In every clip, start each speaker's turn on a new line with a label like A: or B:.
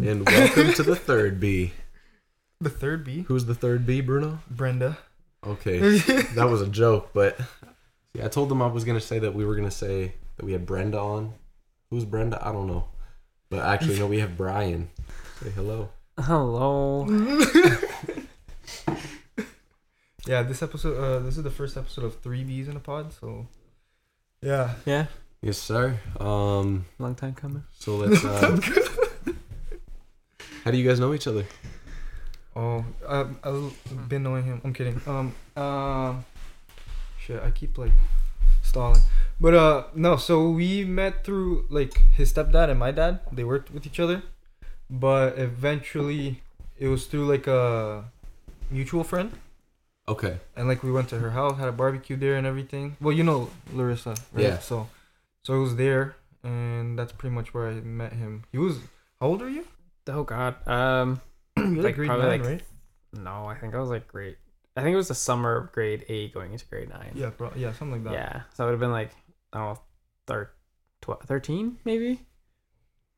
A: And welcome to the third B.
B: The third B,
A: Who's the third B, Bruno?
B: Brenda.
A: Okay, that was a joke, but yeah, I told them I was gonna say that we were gonna say that we had Brenda on. Who's Brenda? I don't know, but actually, no, we have Brian. Say hello.
C: Hello.
B: yeah, this episode, uh, this is the first episode of three Bs in a pod. So, yeah,
C: Yeah,
A: Yes, sir. Um,
C: long time coming.
A: so let's. Uh, how do you guys know each other?
B: Oh, I've, I've been knowing him. I'm kidding. Um, um, shit, I keep like stalling. But uh, no. So we met through like his stepdad and my dad. They worked with each other, but eventually it was through like a mutual friend,
A: Okay.
B: and like we went to her house, had a barbecue there and everything. Well, you know Larissa, right?
A: Yeah.
B: So, so it was there, and that's pretty much where I met him. He was. How old are you?
C: Oh God. Um,
B: You're
C: Like,
B: grade
C: probably,
B: nine,
C: like,
B: right?
C: no, I think I was like grade. I think it was the summer of grade eight going into grade nine.
B: Yeah, bro. Yeah, something like that.
C: Yeah. So I would have been like, I don't know, thir- tw- 13 maybe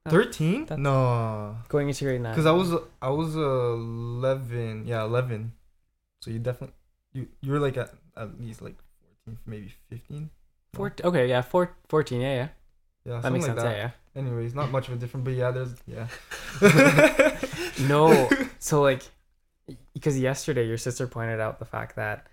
B: Thirteen?
C: That's-
B: No.
C: going into grade nine.
B: Cause I was uh, I was eleven, yeah eleven, so you definitely you you were like at, at least like fourteen, maybe fifteen.
C: Four- okay. Yeah. Four- 14. Yeah. Yeah.
B: Yeah,
C: That makes
B: like
C: sense.
B: That.
C: Yeah.
B: Anyways, not much of a difference, but yeah, there's yeah.
C: Yeah. No. so like, because yesterday your sister pointed out the fact that.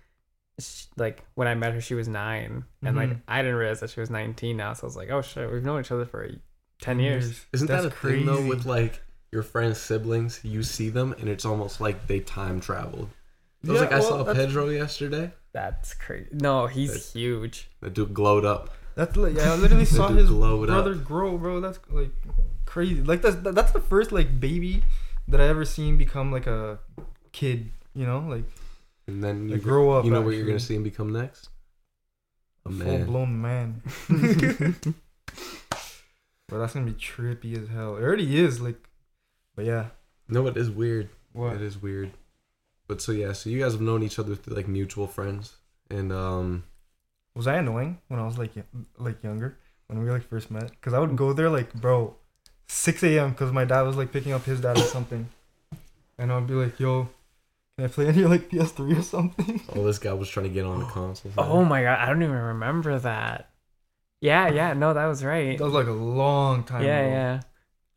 C: sh like when I met her, she was 9 and like
B: Mhm.
C: I didn't realize that she was nineteen now. So I was like, "Oh shit, we've known each other for ten years."
A: Isn't
B: That's
A: that a thing though with like your friends' siblings? You see them, and it's almost like they time traveled. It was
B: Yeah,
A: like I
B: well,
A: saw
B: that's-
A: Pedro yesterday.
C: That's crazy. No, he's
A: That's-
C: huge.
A: That dude glowed up.
B: That's li- yeah, I literally saw
A: dude
B: his
A: glowed up.
B: brother grow, bro. That's like crazy. Like that's that's the first like baby that I ever seen become like a kid. You know, like
A: And then
B: They
A: you
B: grow up,
A: You know what you're
B: actually.
A: gonna see him become next? A
B: full
A: man.
B: blown man. Bro, that's gonna be trippy as hell. It already is like, but yeah.
A: No, it is weird.
B: What?
A: It is weird. But so yeah, so you guys have known each other through like mutual friends, and um,
B: Was I annoying when I was like y- like younger when we like first met? Cause I would go there like bro, 6 a.m. Cause my dad was like picking up his dad or something, and I'd be like, yo, can I play any like PS3 or something?
A: oh, this guy was trying to get on the console.
C: Oh my god, I don't even remember that. Yeah, yeah, no, that was right.
B: That was like a long time ago.
C: Yeah, yeah.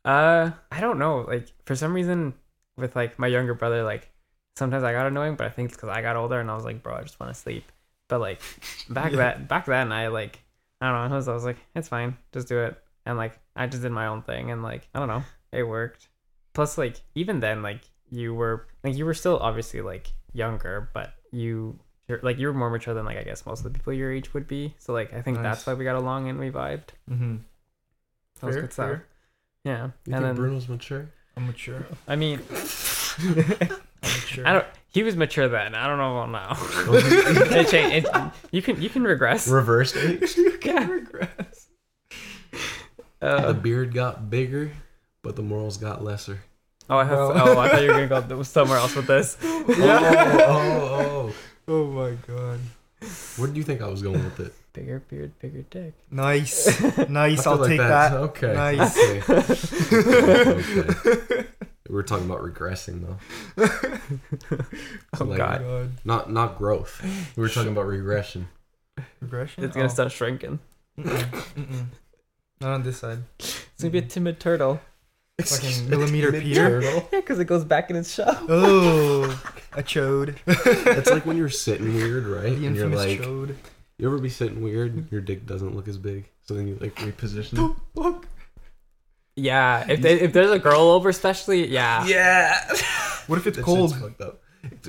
C: Uh, I don't know. Like for some reason, with like my younger brother, like sometimes I got annoying, but I think it's because I got older and I was like, bro, I just want to sleep. But like back
B: Yeah.
C: that back then, I like I don't know. sometimes I was like, it's fine, just do it. And like I just did my own thing, and like I don't know, it worked. Plus, like even then, like you were like you were still obviously like younger, but you. You're, like you were more mature than like I guess most of the people your age would be, so like I think
B: Nice.
C: that's why we got along and we vibed.
B: Mm-hmm.
C: That was good stuff. Yeah,
A: You
C: and
A: think
C: then
A: Bruno's mature?
B: I'm mature.
C: I mean,
B: I'm mature.
C: I don't. He was mature then. I don't know about now.
A: Oh,
C: it changed. It, you can you can regress.
A: Reversed it.
C: Yeah.
A: The
C: Uh,
A: beard got bigger, but the morals got lesser.
C: oh, I have, oh, I thought you were gonna go somewhere else with this.
A: Oh, oh, oh.
B: Oh my god.
A: Where do you think I was going with it?
C: Bigger beard, bigger dick.
B: Nice,
A: I
C: Oh,
B: nice.
A: feel
B: I'll
A: like
B: take
A: that's-
B: that. Oh
A: Okay.
B: Nice.
A: Okay. okay. okay. We We're talking about regressing though.
C: Oh
A: Like-
C: God,
B: God.
A: Not not growth. We were talking about regression.
B: Regression.
C: it's gonna
B: Oh.
C: start shrinking.
B: Mm-mm, mm-mm. Not on this side.
C: It's gonna be a timid turtle.
B: Fucking millimeter Peter.
C: Yeah, because it goes back in its shell.
B: Oh, a chode.
A: It's like when you're sitting weird, right?
B: The
A: and you're
B: infamous
A: like,
B: chode.
A: you ever be sitting weird? and Your dick doesn't look as big, so then you like reposition.
B: Look.
C: Yeah, if they, if there's a girl over, especially, yeah.
A: yeah.
B: What if it's
A: That
B: cold?
A: shit's fucked up.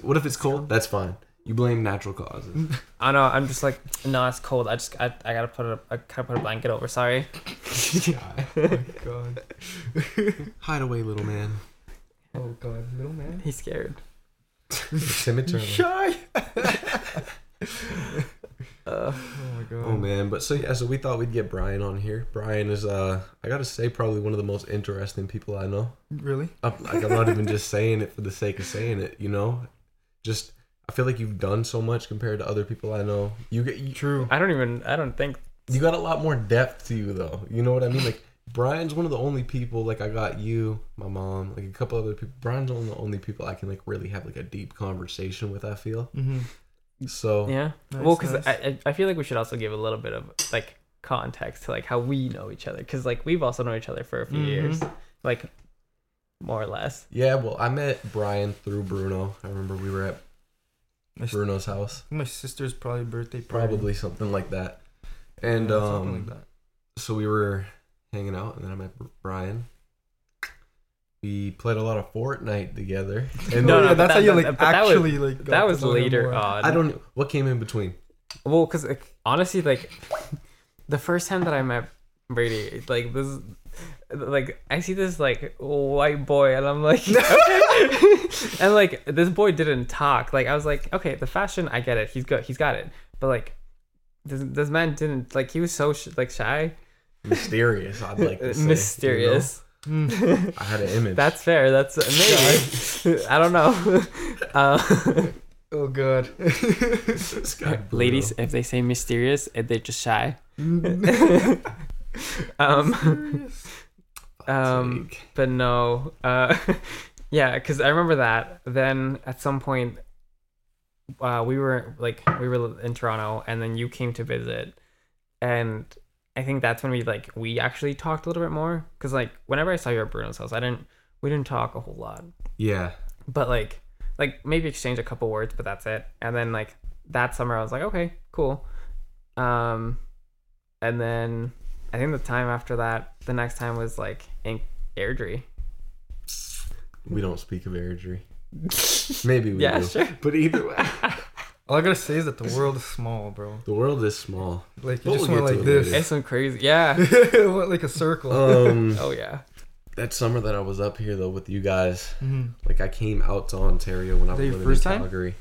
A: What if it's cold? That's fine. You blame natural causes.
C: I know. I'm just like, no, it's cold. I just I, I gotta put a I gotta put a blanket over. Sorry.
B: Oh my god.
A: Hide away, little man.
B: Oh god, little man.
C: He's scared.
A: Cemetery.
B: Shy.
C: Uh,
B: Oh my god.
A: Oh man, but so yeah, so we thought we'd get Brian on here. Brian is uh, I gotta say, probably one of the most interesting people I know.
B: Really?
A: I'm, like I'm not even just saying it for the sake of saying it, you know. Just I feel like you've done so much compared to other people I know. You get you,
B: True.
C: I don't even. I don't think
A: you got a lot more depth to you though. You know what I mean? Like Brian's one of the only people like I got you, my mom, like a couple other people. Brian's one of the only people I can like really have like a deep conversation with. I feel
B: Mm-hmm.
A: so.
C: Yeah.
B: Nice,
C: well, because
B: nice.
C: I, I I feel like we should also give a little bit of like context to like how we know each other because like we've also known each other for a few
B: Mhm.
C: years, like more or less.
A: Yeah, well, I met Brian through Bruno. I remember we were at
B: My, s-
A: Bruno's house,
B: my sister's probably birthday party.
A: probably something like that. And
B: Yeah,
A: um,
B: something like that.
A: so we were hanging out, and then I met Br- Brian. We played a lot of Fortnite together. And
C: No,
B: No,
A: then-
B: yeah,
C: no, but
B: that's how
C: that-
B: you
C: that-
B: like
C: but that was-
B: actually like. got
C: that
B: to
C: was
B: know him
C: later uh,
B: more.
C: on.
A: I don't. What came in between?
C: Well, because like, honestly, like the first time that I met Brady, like this, like I see this like white boy, and I'm like, and like this boy didn't talk. Like I was like, okay, the fashion, I get it. He's good. He's got it. But like, this this man didn't like. He was so sh- like shy,
A: Mysterious. I'd like to say. you know?
C: mysterious.
B: Mm.
A: I had an image.
C: That's fair. That's maybe. I don't know. Uh,
B: Oh god.
A: This guy Bruno.
C: ladies, if they say mysterious, if they're just shy. um. Um,
A: Take.
C: but no. Uh, yeah, because I remember that. Then at some point, uh, we were like we were in Toronto, and then you came to visit, and I think that's when we like we actually talked a little bit more. Because like whenever I saw you at Bruno's house, I didn't we didn't talk a whole lot,
A: yeah.
C: but like like maybe exchange a couple words, but that's it. And then like that summer, I was like, okay, cool. Um, and then I think the time after that, the next time was like in Airdrie.
A: We don't speak of imagery. Maybe we
C: Yeah,
A: do.
C: sure.
A: But either way,
B: All I gotta say is that the world is small, bro.
A: the world is small.
B: Like you
A: But
B: just
A: we'll
B: went
A: get
B: like
A: to it
B: this.
C: It's some crazy. Yeah.
B: it went like a circle.
A: Um,
C: Oh yeah.
A: that summer that I was up here though with you guys,
B: Mhm.
A: like I came out to Ontario when I was
B: Is that your
A: living
B: first
A: in
B: time?
A: Calgary.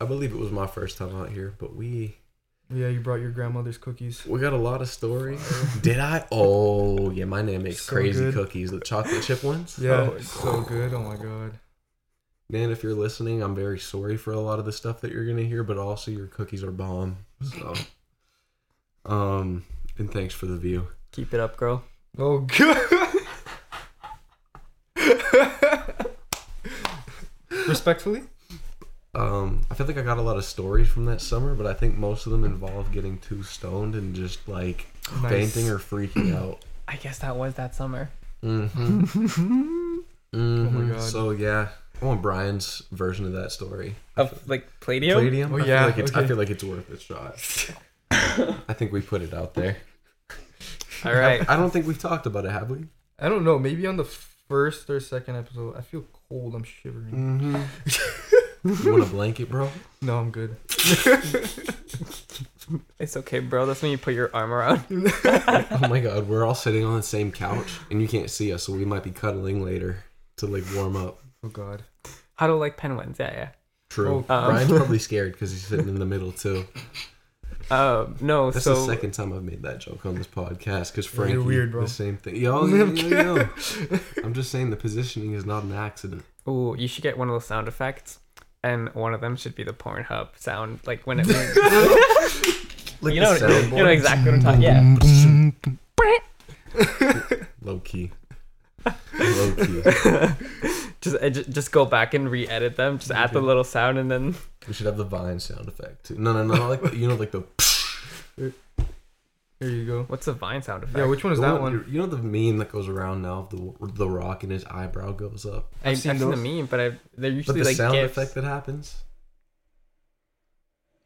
A: I believe it was my first time out here, but we
B: Yeah, you brought your grandmother's cookies.
A: we got a lot of stories. Did I? Oh yeah, my name makes
B: So
A: crazy
B: good.
A: cookies, the chocolate chip ones.
B: Yeah,
C: Oh,
B: so good. Oh my god.
A: Man, if you're listening, I'm very sorry for a lot of the stuff that you're gonna hear, but also your cookies are bomb. So, um, and thanks for the view.
C: Keep it up, girl.
B: Oh god. Respectfully,
A: Um, I feel like I got a lot of stories from that summer, but I think most of them involve getting too stoned and just like
B: nice.
A: fainting or freaking out.
C: I guess that was that summer.
A: Mm-hmm.
B: Oh my God.
A: So yeah, I want Brian's version of that story.
C: Of like Palladium.
A: Palladium.
B: Oh,
A: I feel
B: yeah,
A: like it's, I
B: okay.
A: feel like it's worth a shot. I think we put it out there.
C: All right.
A: I don't think we've talked about it, have we?
B: I don't know. Maybe on the first or second episode, I feel cold. I'm shivering.
A: Mm-hmm. you want a blanket, bro?
B: No, I'm good.
C: It's okay, bro. That's when you put your arm around.
A: Oh my god, we're all sitting on the same couch, and you can't see us, so we might be cuddling later to like warm up.
B: Oh god.
C: How to like penguins? Yeah,
A: True.
B: Oh.
C: Um.
A: Brian's probably scared because he's sitting in the middle too.
C: yeah. Um, no.
A: That's
C: so
A: the second time I've made that joke on this podcast because
B: Yeah, you're
A: Frankie,
B: weird, bro.
A: the same thing. Yo, yo, yo, yo. I'm just saying the positioning is not an accident.
C: ooh, you should get one of those sound effects, and one of them should be the Pornhub sound, like when it. you
A: Like the
C: know. You know
A: soundboard.
C: exactly what I'm talking. Yeah.
A: Low key. Low key.
C: Just uh, ju- just go back and re-edit them. Just add the little sound and then.
A: We should have the Vine sound effect too. No, no, no. Like you know, like the
B: Here you go.
C: What's the vine sound effect?
B: Yeah, which one is
A: The
B: that one?
A: You know the meme that goes around now of the the Rock and his eyebrow goes up,
C: I, I've
B: I've seen
C: seen the
B: those.
C: meme, but I they're
A: but
C: usually
A: the
C: like
A: sound
C: GIFs.
A: effect that happens.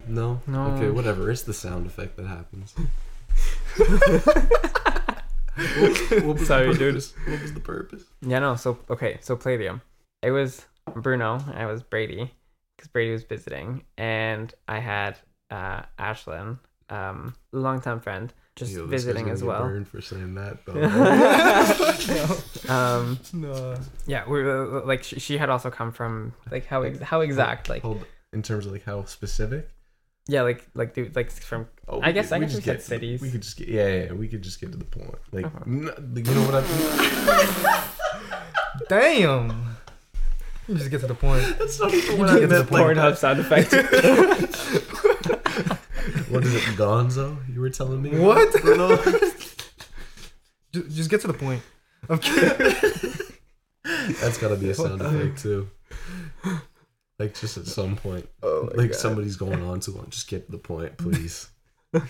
A: No.
C: No.
A: Okay, whatever. It's the sound effect that happens. what was the
C: Sorry, dude.
A: purpose? What was the purpose?
C: Yeah, no. So okay, so Palladium. It was Bruno. I was Brady because Brady was visiting, and I had uh, Ashlyn, um, longtime friend, just
A: Yo, this guy's
C: visiting
A: gonna
C: as
A: get
C: well.
A: Burned for saying that though.
C: um,
B: No.
C: yeah, we were, like she, she had also come from like how ex- how exact like
A: Hold- in terms of like how specific.
C: yeah like like dude like from
A: Oh,
C: I guess- I guess
A: just
C: we said
A: get to the-
C: cities.
A: we could just get yeah, yeah, yeah, we could just get to the point. Like,
C: Uh-huh.
A: n- like, you know what I?
B: Damn. You just get to the point.
A: That's not even
C: the Pornhub sound effect.
A: What is it, Gonzo? You were telling me
B: What?
A: Bruno?
B: Just, just get to the point. I'm kidding.
A: That's gotta be a sound effect too. Like just at some point,
D: Oh
A: like somebody's going on too long. Just get to the point, please.
B: oh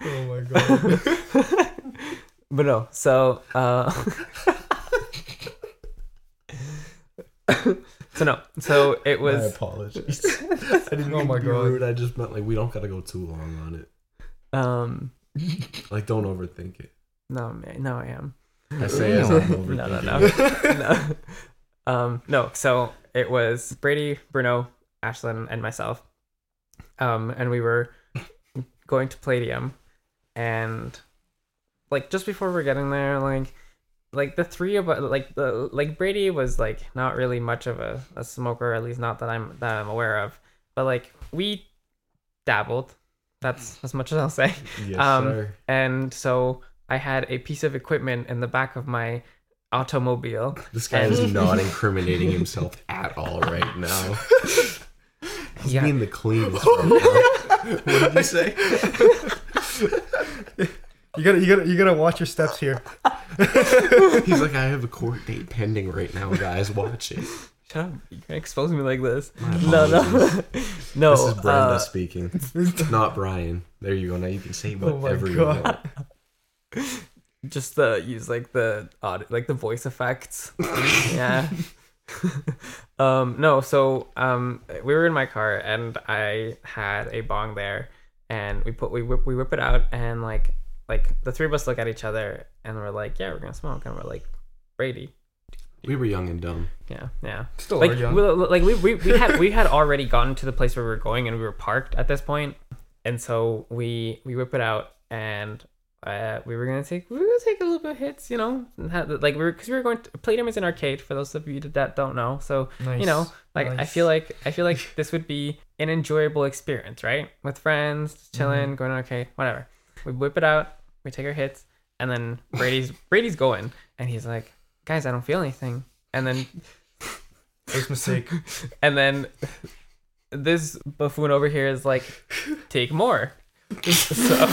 B: my god.
C: but no, so uh So no. So it
A: My
C: was
A: apologies. I didn't
B: Oh
A: mean
B: my
A: to be
B: God.
A: rude. I just meant like we don't gotta go too long on it.
C: um
A: Like don't overthink it.
C: no man, no I am.
A: I say as I'm overthinking.
C: No, no,
A: it.
C: no. no. Um, no, so it was Brady, Bruno, Ashlyn, and myself. Um, and we were going to Palladium and like just before we're getting there, like like the three of us like the like Brady was like not really much of a, a smoker, at least not that I'm that I'm aware of. But like we dabbled. That's as much as I'll say.
A: Yes,
C: Um,
A: sir.
C: And so I had a piece of equipment in the back of my automobile
A: This guy is not incriminating himself at all right now. He's
C: Yeah.
A: being the cleanest right now. What did you say?
B: You gotta, you gotta, you gotta watch your steps here.
A: He's like, I have a court date pending right now, guys. Watch it.
C: Shut up. You can expose me like this.
A: My
C: No, no. no.
A: This is Brenda
C: uh,
A: speaking, not Brian. There you go. Now you can say
B: Oh my
A: whatever you
B: God.
A: want.
C: just the use like the audio, like the voice effects. yeah. um no, so um we were in my car and I had a bong there and we put we whip we whip it out and like like the three of us look at each other and we're like, Yeah, we're gonna smoke and we're like, Brady.
A: We were young and dumb.
C: Yeah, yeah.
B: Still
C: like
B: are young.
C: we, like we, we, we had we had already gotten to the place where we were going and we were parked at this point and so we we whip it out and uh, we were gonna take we were gonna take a little bit of hits you know and have, like we were because we were going to Palladium is an arcade for those of you that don't know so
B: nice.
C: you know like I
B: Nice.
C: feel like I feel like this would be an enjoyable experience right with friends just chilling going to an arcade whatever we whip it out we take our hits and then Brady's Brady's going and he's like guys I don't feel anything and then
B: first mistake.
C: and then this buffoon over here is like, take more. so,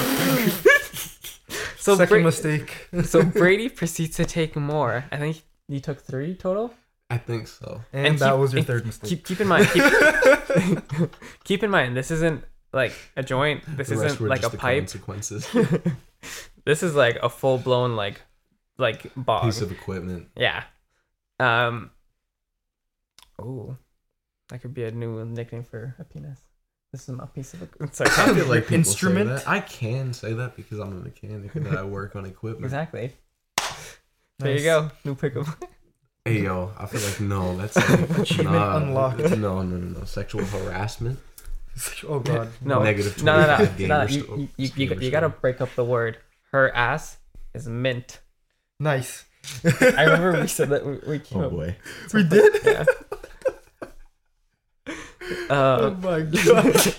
C: so,
B: Second
C: Bra-
B: mistake.
C: so Brady proceeds to take more. I think you took three total.
A: I think so.
B: And,
C: and
B: that
C: keep-
B: was your
C: and
B: third mistake.
C: Keep keep in mind. Keep, keep in mind this isn't like a joint. This
A: The rest
C: isn't
A: were
C: like a
A: just the
C: pipe.
A: consequences.
C: This is like a full blown like like bog.
A: Piece of equipment.
C: Yeah. Um. Oh, that could be a new nickname for a penis. This is my piece of. equ- Sorry.
A: I feel like people
B: Instrument?
A: Say that. I can say that because I'm a mechanic and I work on equipment.
C: Exactly. There
B: Nice.
C: you go. New pickup.
A: Hey yo, I feel like no, that's like,
B: Achievement
A: nah,
B: unlocked.
A: Uh, No, no, no, no. Sexual harassment.
B: Oh god.
C: No.
A: Negative
C: No, no,
A: 25
C: no. no
A: gamer store-
C: you, you, you, you,
A: gamer
C: you gotta
A: store.
C: break up the word. Her ass is mint.
B: Nice.
C: I remember we said that we, we came
A: Oh
C: up.
A: boy.
B: We did.
C: Yeah.
B: Oh
C: Uh,
B: my god.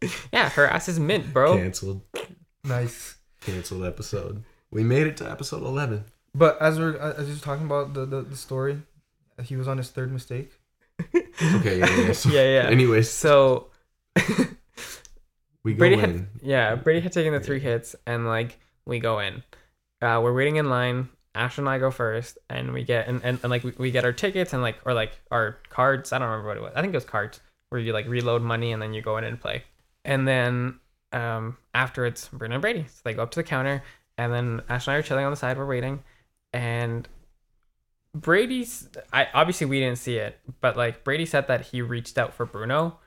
C: yeah, her ass is mint, bro.
A: Cancelled.
B: nice.
A: Cancelled episode. We made it to episode 11.
B: But as we're uh, as you're talking about the, the the story, he was on his third mistake.
A: Okay, yeah, yeah. So,
C: Yeah, yeah.
A: Anyways,
C: So
A: we go
C: Brady
A: in.
C: had yeah, Brady had taken the three hits, and like we go in. Uh, we're waiting in line. Ash and I go first, and we get and, and, and like we, we get our tickets and like or like our cards. I don't remember what it was. I think it was cards where you like reload money and then you go in and play. And then um, after it's Bruno and Brady, so they go up to the counter, and then Ash and I are chilling on the side. We're waiting, and Brady's. I obviously we didn't see it, but like Brady said that he reached out for Bruno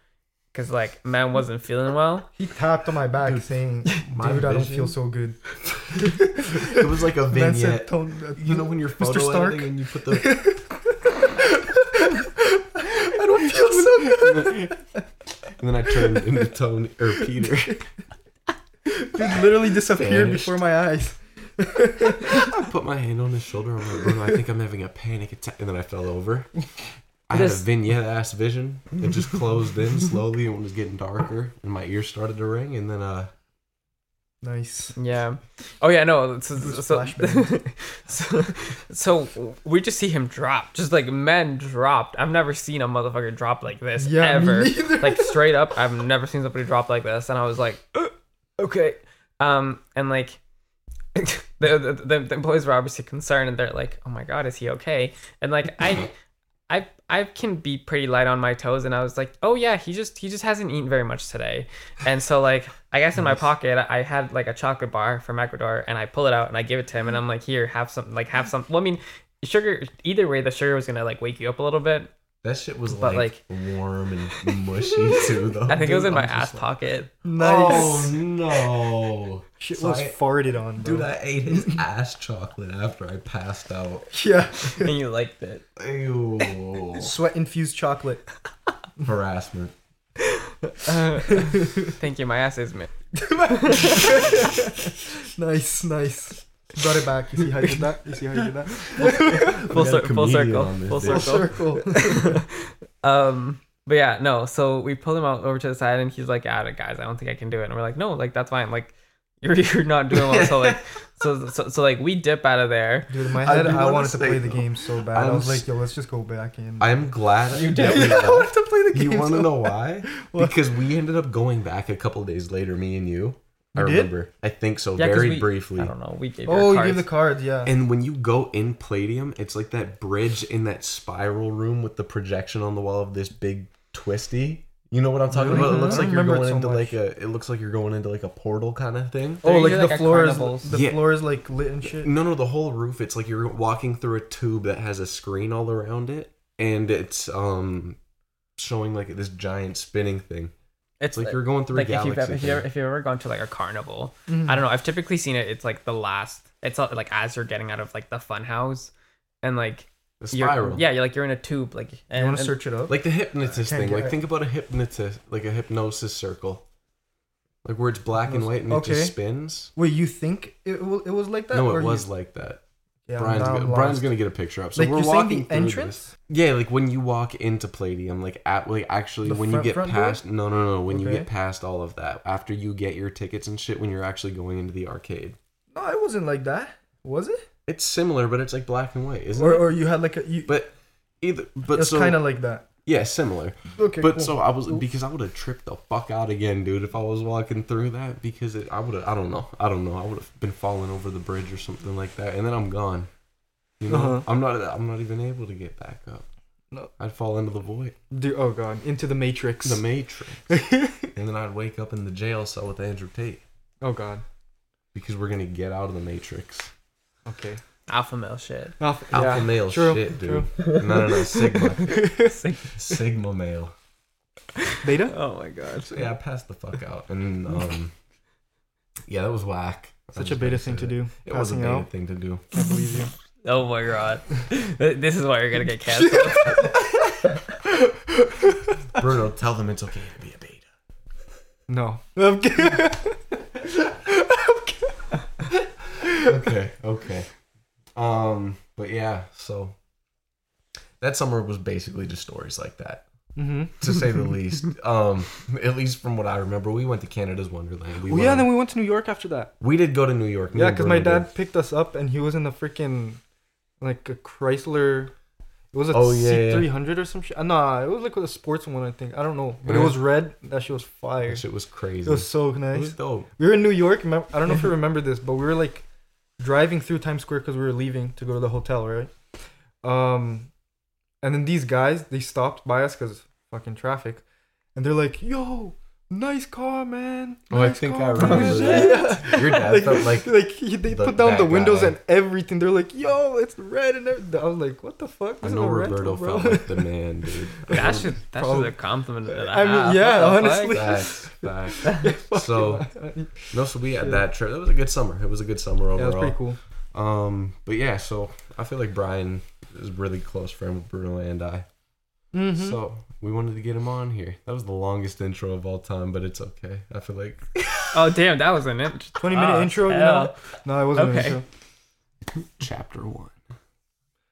C: because like man wasn't feeling well.
B: He tapped on my back saying,
A: my
B: "Dude, I don't
A: vision-
B: feel so good."
A: it was like a
B: Man
A: vignette.
B: said, "Don't- uh,
A: You know when you're photo
B: Mr. Stark.
A: editing and you put the
B: I don't feel so good.
A: and then I turned into Tony or Peter.
B: Dude literally disappeared
A: Vanished.
B: before my eyes.
A: I put my hand on his shoulder. I'm like, Bruno, I think I'm having a panic attack, and then I fell over. I had a
C: This-
A: vignette ass vision. It just closed in slowly, and it was getting darker, and my ears started to ring, and then uh,
B: Nice.
C: Yeah. Oh yeah, no. So
B: was
C: so, so, so we just see him drop, just like men dropped. I've never seen a motherfucker drop like this
B: Yeah,
C: ever.
B: me neither.
C: Like straight up, I've never seen somebody drop like this, and I was like, "Uh, okay, um, and like, the, the, the, the employees were obviously concerned and they're like oh my god is he okay and like i i i can be pretty light on my toes and i was like oh yeah he just he just hasn't eaten very much today and so like i guess in my pocket i had like a chocolate bar from ecuador and i pull it out and i give it to him and i'm like here have some like have some well i mean sugar either way the sugar was gonna like wake you up a little bit
A: That shit was
C: But,
A: like, warm and mushy too, though.
C: i think it was in
A: dude.
C: my
A: I'm
C: ass
A: just like,
C: pocket
B: Nice.
A: Oh no!
B: Shit
A: So
B: was
A: I-
B: farted on, bro.
A: Dude, I ate his ass chocolate after I passed out.
B: Yeah.
C: and you liked it
A: Ew!
B: Sweat infused chocolate.
A: Harassment.
C: Uh, thank you my ass is mint
B: Nice, nice. Got it back. You see how you did that? You see how you did that?
C: full,
A: We got a
C: cir- full
A: comedian
C: circle
A: on this
C: full
A: bitch.
B: Full
C: circle
B: circle.
C: um but yeah no so we pulled him out over to the side and he's like out it guys i don't think i can do it and we're like no like that's fine like you're, you're not doing well so like so, so so like we dip out of there
B: Dude, in my
A: I
B: head,
A: do
B: I,
A: wanna
B: wanted to
A: say,
B: play the
A: though,
B: game so bad.
A: I
B: I
A: was-
B: was like, yo, let's just go back in.
A: I'm glad you did.
B: I wanted to play the game.
A: You want
B: so
A: to know why?
B: What?
A: Because we ended up going back a couple days later, me and you. I
B: You did?
A: remember. I think so,
C: yeah 'cause
A: very
C: we-
A: briefly.
C: i don't know we gave
B: Oh,
C: oh
B: you gave the cards, yeah.
A: And when you go in Palladium, it's like that bridge in that spiral room with the projection on the wall of this big twisty. You know what I'm talking
B: Really?
A: about? It
B: Mhm.
A: looks
B: I
A: like you're
B: remember
A: going
B: it so
A: into
B: much.
A: like a. It looks like you're going into like a portal kind of thing.
B: oh,
C: They're
B: like
C: usually
B: the
C: like at
B: floor is
C: carnivals.
B: the
A: Yeah.
B: floor is like lit and shit.
A: No, no, the whole roof. It's like you're walking through a tube that has a screen all around it, and it's um showing like this giant spinning thing.
C: it's
A: It's like you're going through
C: like
A: a
C: if
A: galaxy.
C: you've, ever, if,
A: thing.
C: you've ever, if you've ever gone to like a carnival
B: Mm-hmm.
C: i don't know i've typically seen it it's like the last it's not, like as you're getting out of like the fun house and like
A: The spiral.
C: you're, yeah you're like you're in a tube like and,
B: You want to
C: and-
B: search it up?
A: Like the hypnotist
B: I can't
A: thing.
B: get
A: Like
B: it.
A: think about a hypnotist, like a hypnosis circle, like where it's black and
B: Hypnosis-
A: white and it
B: okay.
A: just spins.
B: Wait, you think it, wa- it was like that?
A: No,
B: or
A: it
B: you-
A: was like that.
B: Yeah,
A: Brian's,
B: now I'm
A: gonna,
B: lost.
A: Brian's gonna get a picture up. So
B: Like,
A: we're
B: you're saying
A: walking
B: the
A: through
B: entrance?
A: This. Yeah, like when you walk into Palladium, like at like actually
B: The
A: when
B: front-
A: you get
B: front door?
A: past no no no when you
B: Okay.
A: get past all of that after you get your tickets and shit when you're actually going into the arcade.
B: No, it wasn't like that. Was it?
A: It's similar, but it's like black and white, isn't
B: Or,
A: it?
B: or you had like a. You,
A: But either but
B: it's
A: so
B: kind of like that.
A: yeah, similar.
B: Okay.
A: But
B: cool.
A: so I was because I would have tripped the fuck out again, dude, if I was walking through that because it, I would have I don't know I don't know I would have been falling over the bridge or something like that, and then I'm gone. You know,
B: Uh-huh.
A: I'm not I'm not even able to get back up.
B: No.
A: I'd fall into the void,
B: Dude, oh god, into the Matrix.
A: the matrix, and then I'd wake up in the jail cell with Andrew Tate
B: oh god.
A: because we're gonna get out of the matrix.
B: Okay.
C: alpha male shit
B: Alpha,
A: Alpha
B: yeah.
A: male
B: true,
A: shit, dude. No, no, no, sigma, sigma male.
B: Beta.
C: oh my god
A: So yeah, I passed the fuck out, and um, yeah, that was whack. I'm
B: Such a
A: just
B: beta
A: gonna
B: thing
A: say
B: to
A: that.
B: do.
A: It was a
B: Passing
A: beta
B: out.
A: thing to do.
B: Can't believe you.
C: Oh my god. This is why you're gonna get canceled.
A: Bruno, tell them it's okay to be a beta.
B: No. I'm kidding.
A: Okay, okay. Um, but yeah, so that summer was basically just stories like that,
B: mm-hmm.
A: to say the least. Um, at least from what I remember, we went to Canada's Wonderland. We
B: Well, yeah,
A: went-
B: then we went to New York after that.
A: we did go to New York. me
B: Yeah,
A: and
B: because my
A: Bruno did.
B: dad picked us up and he was in a freaking, like a Chrysler. It was a
A: Oh, yeah, yeah.
B: three hundred or some shit. Uh, Nah, it was like with a sports one, I think. I don't know, but it
A: Yeah.
B: was red. That shit was fire.
A: That shit was
B: It
A: crazy.
B: was so
A: It
B: nice.
A: was dope.
B: We were in New York. remem- I don't know if you remember this, but we were like driving through Times Square because we were leaving to go to the hotel, right? Um, and then these guys they stopped by us because fucking traffic, and they're like, "Yo, nice car, man."
A: Oh, I
B: nice
A: think
B: car,
A: I remember
B: man."
A: that. Your dad
B: like,
A: felt like
B: like he, they
A: the-
B: put down
A: that
B: the windows
A: guy.
B: and everything. They're like, "Yo, it's red," and everything. I was like, "What the fuck?"
A: I
B: This is
A: know
B: a
A: Roberto
B: rental, bro."
A: felt like the man, dude.
C: That's just that's just
B: Probably.
C: a compliment. and a
B: I mean,
C: half.
B: yeah,
C: What the
B: honestly.
C: fuck?
A: Facts, facts.
B: Fucking-
A: So- No, so we had that trip. That was a good summer. It was a good summer
B: yeah, it was
A: overall.
B: pretty cool.
A: Um, but yeah, so I feel like Brian is a really close friend with Bruno and I.
C: Mm-hmm.
B: Mhm.
A: So we wanted to get him on here. That was the longest intro of all time, but it's okay. I feel like
C: Oh damn, that was an int-
B: 20 minute
C: Oh,
B: intro, you
C: hell.
B: know? No, it wasn't an
C: Okay.
B: intro.
A: chapter one.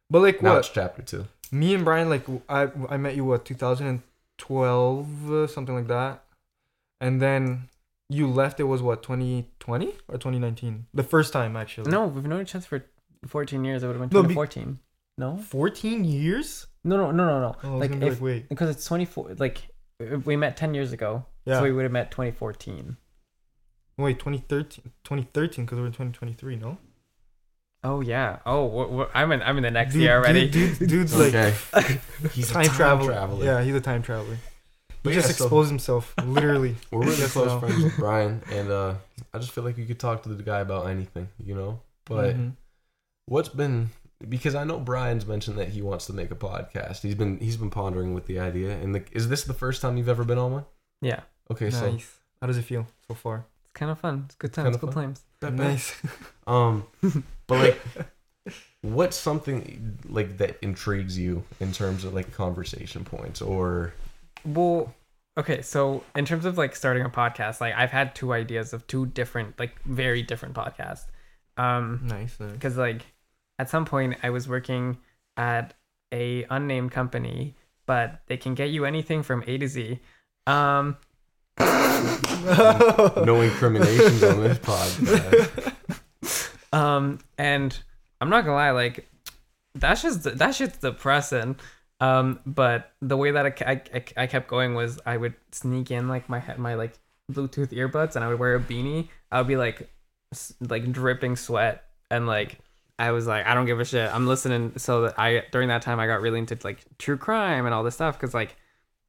B: But like
A: Now
B: what?
A: it's chapter two.
B: me and Brian like w- I I met you what 2012 uh, something like that, and then you left. It was what 2020 or 2019? The first time actually.
C: No, we've known each other for 14 years. It would have been
B: No, be-
C: 2014. No,
B: 14 years.
C: no, no, no, no, no.
B: Oh, I was
C: like
B: gonna be
C: if
B: like wait,
C: because it's 24. Like if we met 10 years ago,
B: yeah,
C: so we would have met 2014.
B: wait 2013, 2013 because we're in 2023. No,
C: Oh yeah. Oh, what, what, I'm in. I'm in the next
B: Dude-
C: year already.
B: Dude, dude- dude's like
A: Okay. He's a
B: time, traveler.
A: traveler.
B: Yeah, he's a time traveler. He
A: But
B: just
A: yeah, so-
B: exposed himself, literally.
A: We're really
B: Yes,
A: close
B: no.
A: friends with Brian, and uh, I just feel like you could talk to the guy about anything, you know. But
B: Mhm.
A: what's been because I know Brian's mentioned that he wants to make a podcast. He's been he's been pondering with the idea. And the, is this the first time you've ever been on one?
C: Yeah.
A: Okay,
B: nice.
A: so
B: How does it feel so far?
C: It's kind of fun. It's good
A: kinda
C: times. Good
A: fun.
C: times.
A: Bet, bet.
B: nice.
A: Um, but like, what's something like that intrigues you in terms of like conversation points or
C: Well, okay. So in terms of like starting a podcast, like I've had two ideas of two different, like very different podcasts. Um,
B: nice. nice.
C: because like at some point I was working at a unnamed company, but they can get you anything from A to Z. Um,
A: no incriminations on this podcast?
C: um, and I'm not gonna lie, like that's just that shit's depressing. Um, but the way that I, ke- I, I- I kept going was I would sneak in like my he- my like Bluetooth earbuds and I would wear a beanie. I would be like s- like dripping sweat and like I was like I don't give a shit. I'm listening. So that I during that time I got really into like true crime and all this stuff because like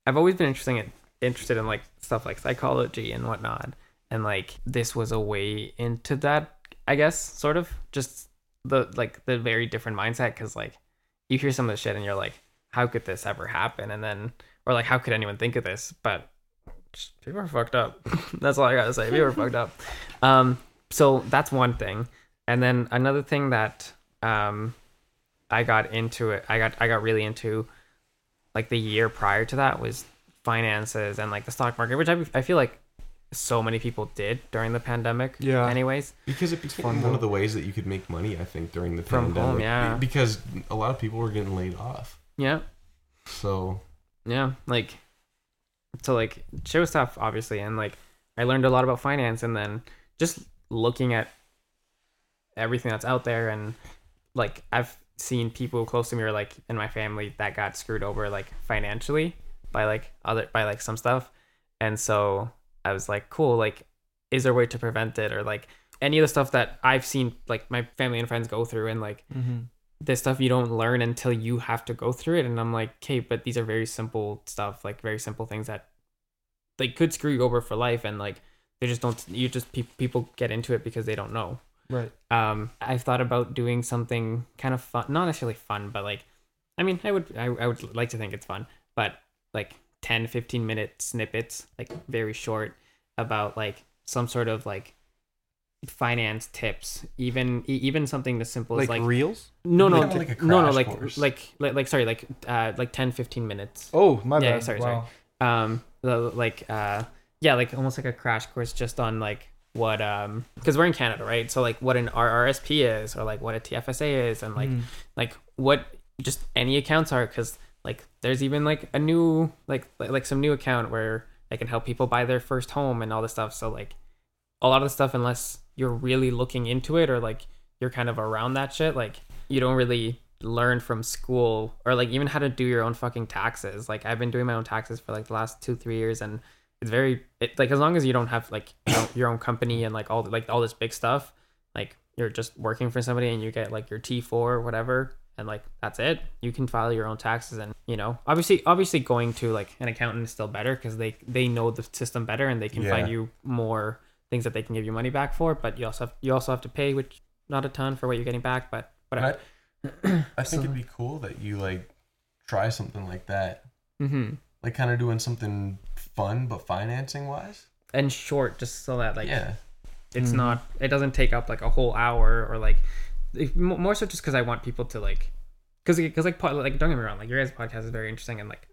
C: I've always been interesting in, interested in like stuff like psychology and whatnot. And like this was a way into that, I guess, sort of just the like the very different mindset because like you hear some of the shit and you're like, how could this ever happen? And then or like how could anyone think of this? But just, people are fucked up. that's all I gotta say. People are fucked up. Um, so that's one thing. And then another thing that um, I got into it, I got I got really into like the year prior to that was finances and like the stock market, which I, I feel like so many people did during the pandemic.
B: Yeah.
C: Anyways,
A: Because it became
B: fun,
A: one
B: though.
A: of the ways that you could make money, I think, during the
C: From home,
A: pandemic.
C: yeah.
A: Be- Because a lot of people were getting laid off,
C: yeah,
A: so
C: yeah, like so like shit was tough, obviously, and like I learned a lot about finance, and then just looking at everything that's out there, and like I've seen people close to me or like in my family that got screwed over like financially by like other by like some stuff, and so I was like, cool, like is there a way to prevent it or like any of the stuff that I've seen like my family and friends go through, and like
B: Mm-hmm.
C: this stuff you don't learn until you have to go through it and i'm like okay but these are very simple stuff like very simple things that they could screw you over for life and like they just don't you just pe- people get into it because they don't know
B: Right.
C: um i've thought about doing something kind of fun not necessarily fun but like i mean i would i, I would like to think it's fun but like 10 15 minute snippets like very short about like some sort of like finance tips even e- even something as simple as
B: Like,
C: like
B: reels?
C: no, no,
A: Like-
C: d-
A: like a
C: no, no,
A: crash
C: like,
A: course.
C: like, like, like, sorry, like, uh, like 10, 15 minutes.
B: Oh, my
C: Yeah,
B: bad.
C: sorry, sorry.
B: wow.
C: Um, the- like, uh, yeah, like almost like a crash course just on like what, um, because we're in Canada, right? So like what an RRSP is, or like what a TFSA is, and like,
B: Mm.
C: like what just any accounts are, because like there's even like a new, like, like, like some new account where they can help people buy their first home and all this stuff. So like, a lot of the stuff unless you're really looking into it or like you're kind of around that shit like you don't really learn from school or like even how to do your own fucking taxes like i've been doing my own taxes for like the last two three years and it's very it, like as long as you don't have like your own- your own company and like all like all this big stuff like you're just working for somebody and you get like your t4 or whatever and like that's it you can file your own taxes and you know obviously obviously going to like an accountant is still better because they they know the system better and they can find
A: Yeah.
C: you more things that they can give you money back for but you also have you also have to pay which not a ton for what you're getting back but whatever
A: I think
C: So-
A: it'd be cool that you like try something like that,
C: mm-hmm.
A: like kind of doing something fun but financing wise.
C: and short just so that like
A: yeah,
C: it's
B: Mhm.
C: not it doesn't take up like a whole hour or like it- mo- more so just because i want people to like because because like pod, like don't get me wrong like your guys podcast is very interesting and like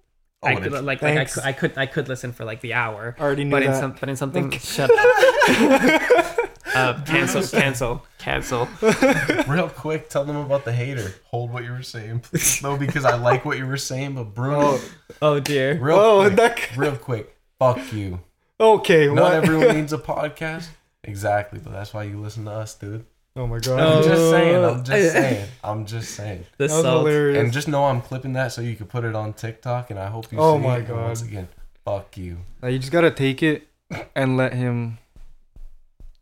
A: Oh,
C: I
A: and
C: could,
A: it's-
C: like like I
B: Thanks.
C: could, I could I could listen for like the hour,
B: I already knew
C: but in
B: that.
C: some but in something shut up, uh, cancel cancel cancel.
A: Real quick, tell them about the hater. Hold what you were saying, please. No, because I like what you were saying, but Bruno,
C: Oh dear.
A: real
B: oh,
A: quick,
B: that c-
A: real quick, fuck you.
B: okay.
A: Not
B: what?
A: everyone needs a podcast. Exactly, but that's why you listen to us, dude.
B: oh my god.
A: I'm
C: Oh.
A: just saying. I'm just saying. I'm just saying.
C: The
B: that was
C: salt.
B: hilarious.
A: And just know I'm clipping that so you can put it on TikTok, and I hope you.
B: Oh
A: see
B: my
A: it. And Once
B: God.
A: again, fuck you.
B: Like, you just gotta take it and let him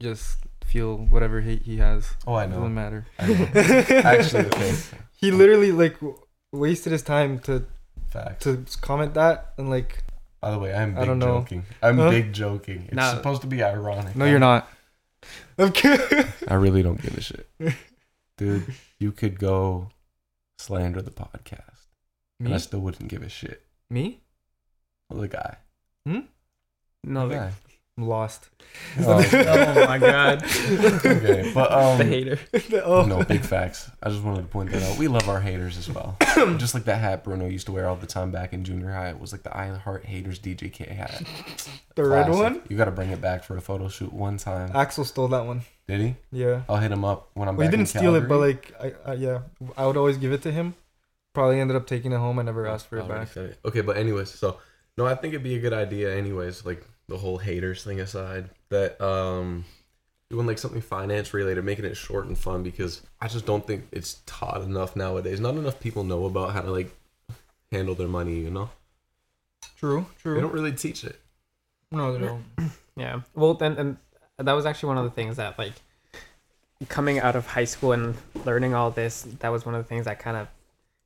B: just feel whatever hate he has.
A: Oh, I
B: It
A: know.
B: doesn't matter.
A: I know. Actually, okay.
B: he literally like w- wasted his time to
A: Fact.
B: to comment that and like
A: By the way, I'm
B: I
A: big
B: don't know.
A: joking. I'm
B: Huh?
A: big joking. It's
C: No.
A: supposed to be ironic.
B: no, you're not. Okay.
A: I really don't give a shit, dude. You could go slander the podcast, and I
B: Me?
A: still wouldn't give a shit.
B: Me?
A: Well, the guy.
B: Oh,
C: No,
A: The
C: the,
A: guy.
B: I'm lost.
A: Oh,
C: oh my god.
A: okay, but um,
C: the hater.
B: oh.
A: no, big facts. I just wanted to point that out. We love our haters as well. just like that hat Bruno used to wear all the time back in junior high. It was like the I Heart Haters DJK hat.
B: The red
A: Classic.
B: one?
A: You got to bring it back for a photo shoot one time.
B: Axel stole that one.
A: Did he?
B: Yeah.
A: I'll hit him up when I'm
B: Well, he
A: back.
B: didn't
A: in
B: steal it, but
A: Calgary.
B: like, I, I yeah, I would always give it to him. Probably ended up taking it home. I never asked for it
A: Oh, Already
B: back.
A: said it. Okay, but anyways, so no, I think it'd be a good idea, anyways. Like the whole haters thing aside, that um, doing like something finance related, making it short and fun because I just don't think it's taught enough nowadays. Not enough people know about how to like handle their money. You know,
B: True,
A: they
B: true.
A: don't really teach it.
B: No, no.
C: Yeah. Well, then and that was actually one of the things that like coming out of high school and learning all this, that was one of the things that kind of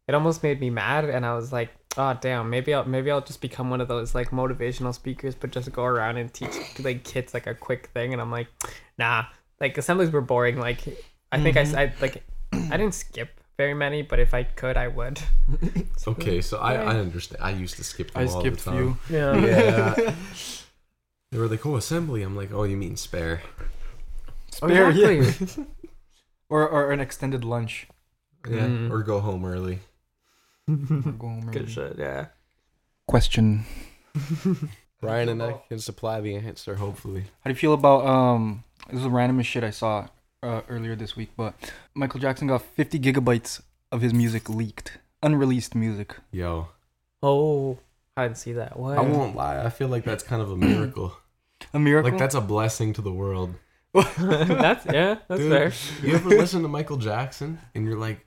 C: it almost made me mad and I was like, "Oh, damn, maybe I'll maybe I'll just become one of those like motivational speakers but just go around and teach like kids like a quick thing." And I'm like, "Nah, like assemblies were boring. Like I think I s I I, like I didn't skip very many, but if I could, I would."
A: Okay, so I, I
C: Yeah.
A: understand. I used to skip them
B: I
A: all
B: skipped
A: the time.
B: you.
C: Yeah.
A: Yeah. they were like, "Oh, assembly." I'm like, "Oh, you mean spare?"
B: Spare, Oh, yeah.
C: Exactly.
B: Or, or an extended lunch.
A: Yeah,
C: Mm.
A: or go home early.
B: Or go home
C: Good
B: early.
C: shit. Yeah.
B: Question:
A: Ryan and I can supply the answer, hopefully.
B: How do you feel about um? This is the randomest shit I saw uh, earlier this week, but Michael Jackson got 50 gigabytes of his music leaked, unreleased music.
A: Yo,
C: Oh, I didn't see that.
B: Oh,
C: What?
A: I won't lie. I feel like that's kind of a miracle.
B: A miracle.
A: like that's a blessing to the world.
C: that's yeah, that's
A: Dude,
C: fair.
A: You ever listen to Michael Jackson and you're like,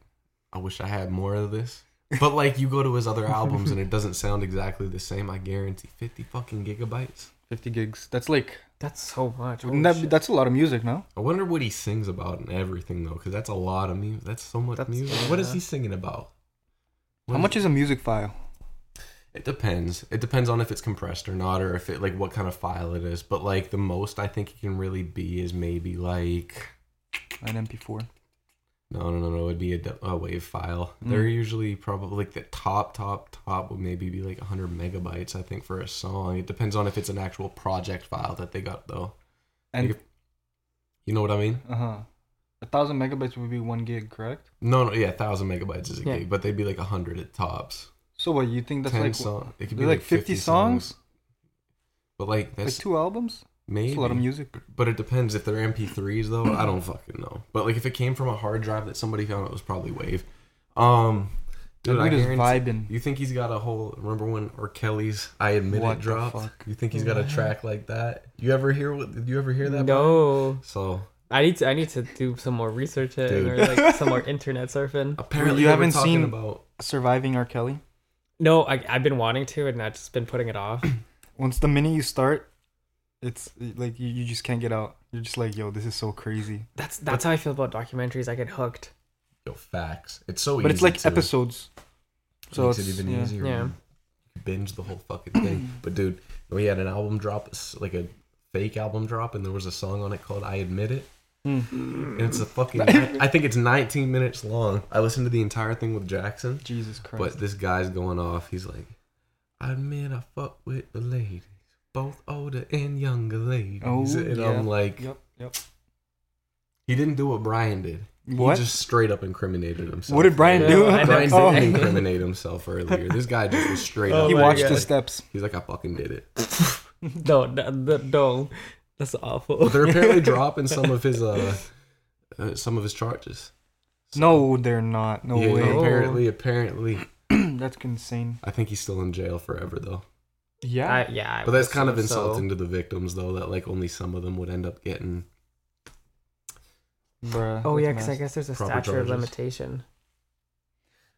A: I wish I had more of this. But like you go to his other albums and it doesn't sound exactly the same. I guarantee fifty fucking gigabytes.
B: 50 gigs. That's like
C: That's so
A: Oh,
C: much.
B: wouldn't that be, that's a lot of music, no?
A: I wonder what he sings about and everything though, because that's a lot of music. That's so much
C: That's-
A: music. What is
C: yeah.
A: he singing about?
B: How much is a music file?
A: It depends. It depends on if it's compressed or not, or if it like what kind of file it is. But like the most I think it can really be is maybe like
B: An MP4.
A: No, no, no, no. It'd be a, d- a wave file.
B: Mm.
A: They're usually probably like the top, top, top would maybe be like 100 megabytes, I think, for a song. It depends on if it's an actual project file that they got, though.
B: And
A: Like if- you know what I mean?
B: uh huh. A thousand megabytes would be one gig, correct?
A: No, no, yeah, 1,000 megabytes is a
C: Yeah.
A: gig, but they'd be like 100 at tops.
B: So what you think that's
A: 10
B: like
A: song. It could
B: they're like 50 songs?
A: But like, that's
B: like two albums?
A: maybe.
B: That's a lot of music.
A: But it depends if they're MP3s though. I don't fucking know. But like if it came from a hard drive that somebody found, it was probably Wave. Um, dude, I
B: Dude is
A: guarantee
B: vibing.
A: You think he's got a whole remember when or Kelly's I admit
B: What
A: it
B: the
A: dropped?
B: fuck?
A: You think he's got a track like that? You ever hear what did you ever hear that? Brian?
C: no,
A: So
C: I need to. I need to do some more researching or
A: Dude.
C: like some more internet surfing.
A: apparently
B: you
A: you
B: haven't
A: haven't talking
B: seen-
A: about
B: Surviving R. Kelly.
C: No, I I've been wanting to and I've just been putting it off.
B: Once the minute you start, it's like you, you just can't get out. You're just like, yo, this is so crazy.
C: That's that's how I feel about documentaries. I get hooked.
A: yo, facts. It's so easy.
B: But it's like
A: too.
B: episodes. So
A: makes
B: it's
A: it even
B: yeah.
A: easier.
C: Yeah.
A: man. You binge the whole fucking thing. But dude, we had an album drop, s- like a fake album drop, and there was a song on it called "I Admit It."
B: Hmm.
A: And it's a fucking. I think it's 19 minutes long. I listened to the entire thing with Jackson,
B: Jesus Christ.
A: but this guy's going off. He's like, "I admit I fuck with the ladies, both older and younger ladies,"
B: Oh,
A: and
B: yeah.
A: I'm like,
B: Yep, yep.
A: he didn't do what Brian did.
B: What?
A: He just straight up incriminated himself.
B: What did Brian do?
C: Yeah, I know.
A: Brian didn't
C: Oh.
A: incriminate himself earlier. This guy just was straight
C: Oh
A: up.
B: he
C: my
B: watched
C: God.
B: his steps.
A: He's like, I fucking did it.
C: No, no, no, no. that's awful.
A: But they're apparently dropping some of his uh, uh some of his charges.
B: No, they're not. No
A: Yeah,
B: way.
C: no.
A: Apparently, apparently,
B: That's insane.
A: I think he's still in jail forever though.
B: Yeah.
C: I, yeah, I
A: But that's
C: would
A: kind of
C: assume so.
A: insulting to the victims though. That like only some of them would end up getting.
B: Bruh,
C: Oh
B: that's
C: yeah, because I
B: messed.
C: guess there's a
A: Proper
C: statute of
A: charges.
C: limitation.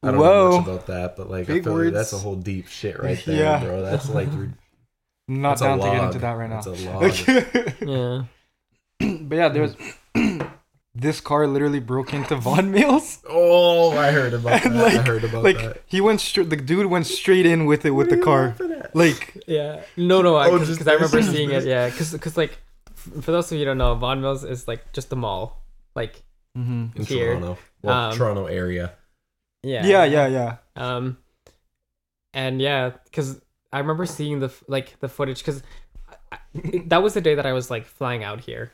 A: I don't know
B: Whoa.
A: much about that, but like
B: Big
A: I feel like
B: words.
A: that's a whole deep shit right there,
B: Yeah.
A: bro. That's like you're
B: I'm not
A: that's a
B: down to get
A: log.
B: into that right now.
A: That's a log.
B: Okay.
C: Yeah.
B: but yeah, there was this car literally broke into Von Mills.
A: Oh, I heard about that.
B: And, like,
A: I heard about
B: like
A: that.
B: he went straight. The dude went straight in with it with the car. Like
C: Yeah. No, no,
A: Oh,
C: because
A: just
C: I remember
A: this, just
C: seeing
A: this.
C: it. Yeah, because like f- for those of you who don't know, Von Mills is like just the mall. Like
A: in
C: here.
A: Toronto, well,
C: Um,
A: Toronto area.
C: yeah.
B: yeah, yeah, yeah.
C: Um, and yeah, because I remember seeing the f- like the footage because that was the day that I was like flying out here.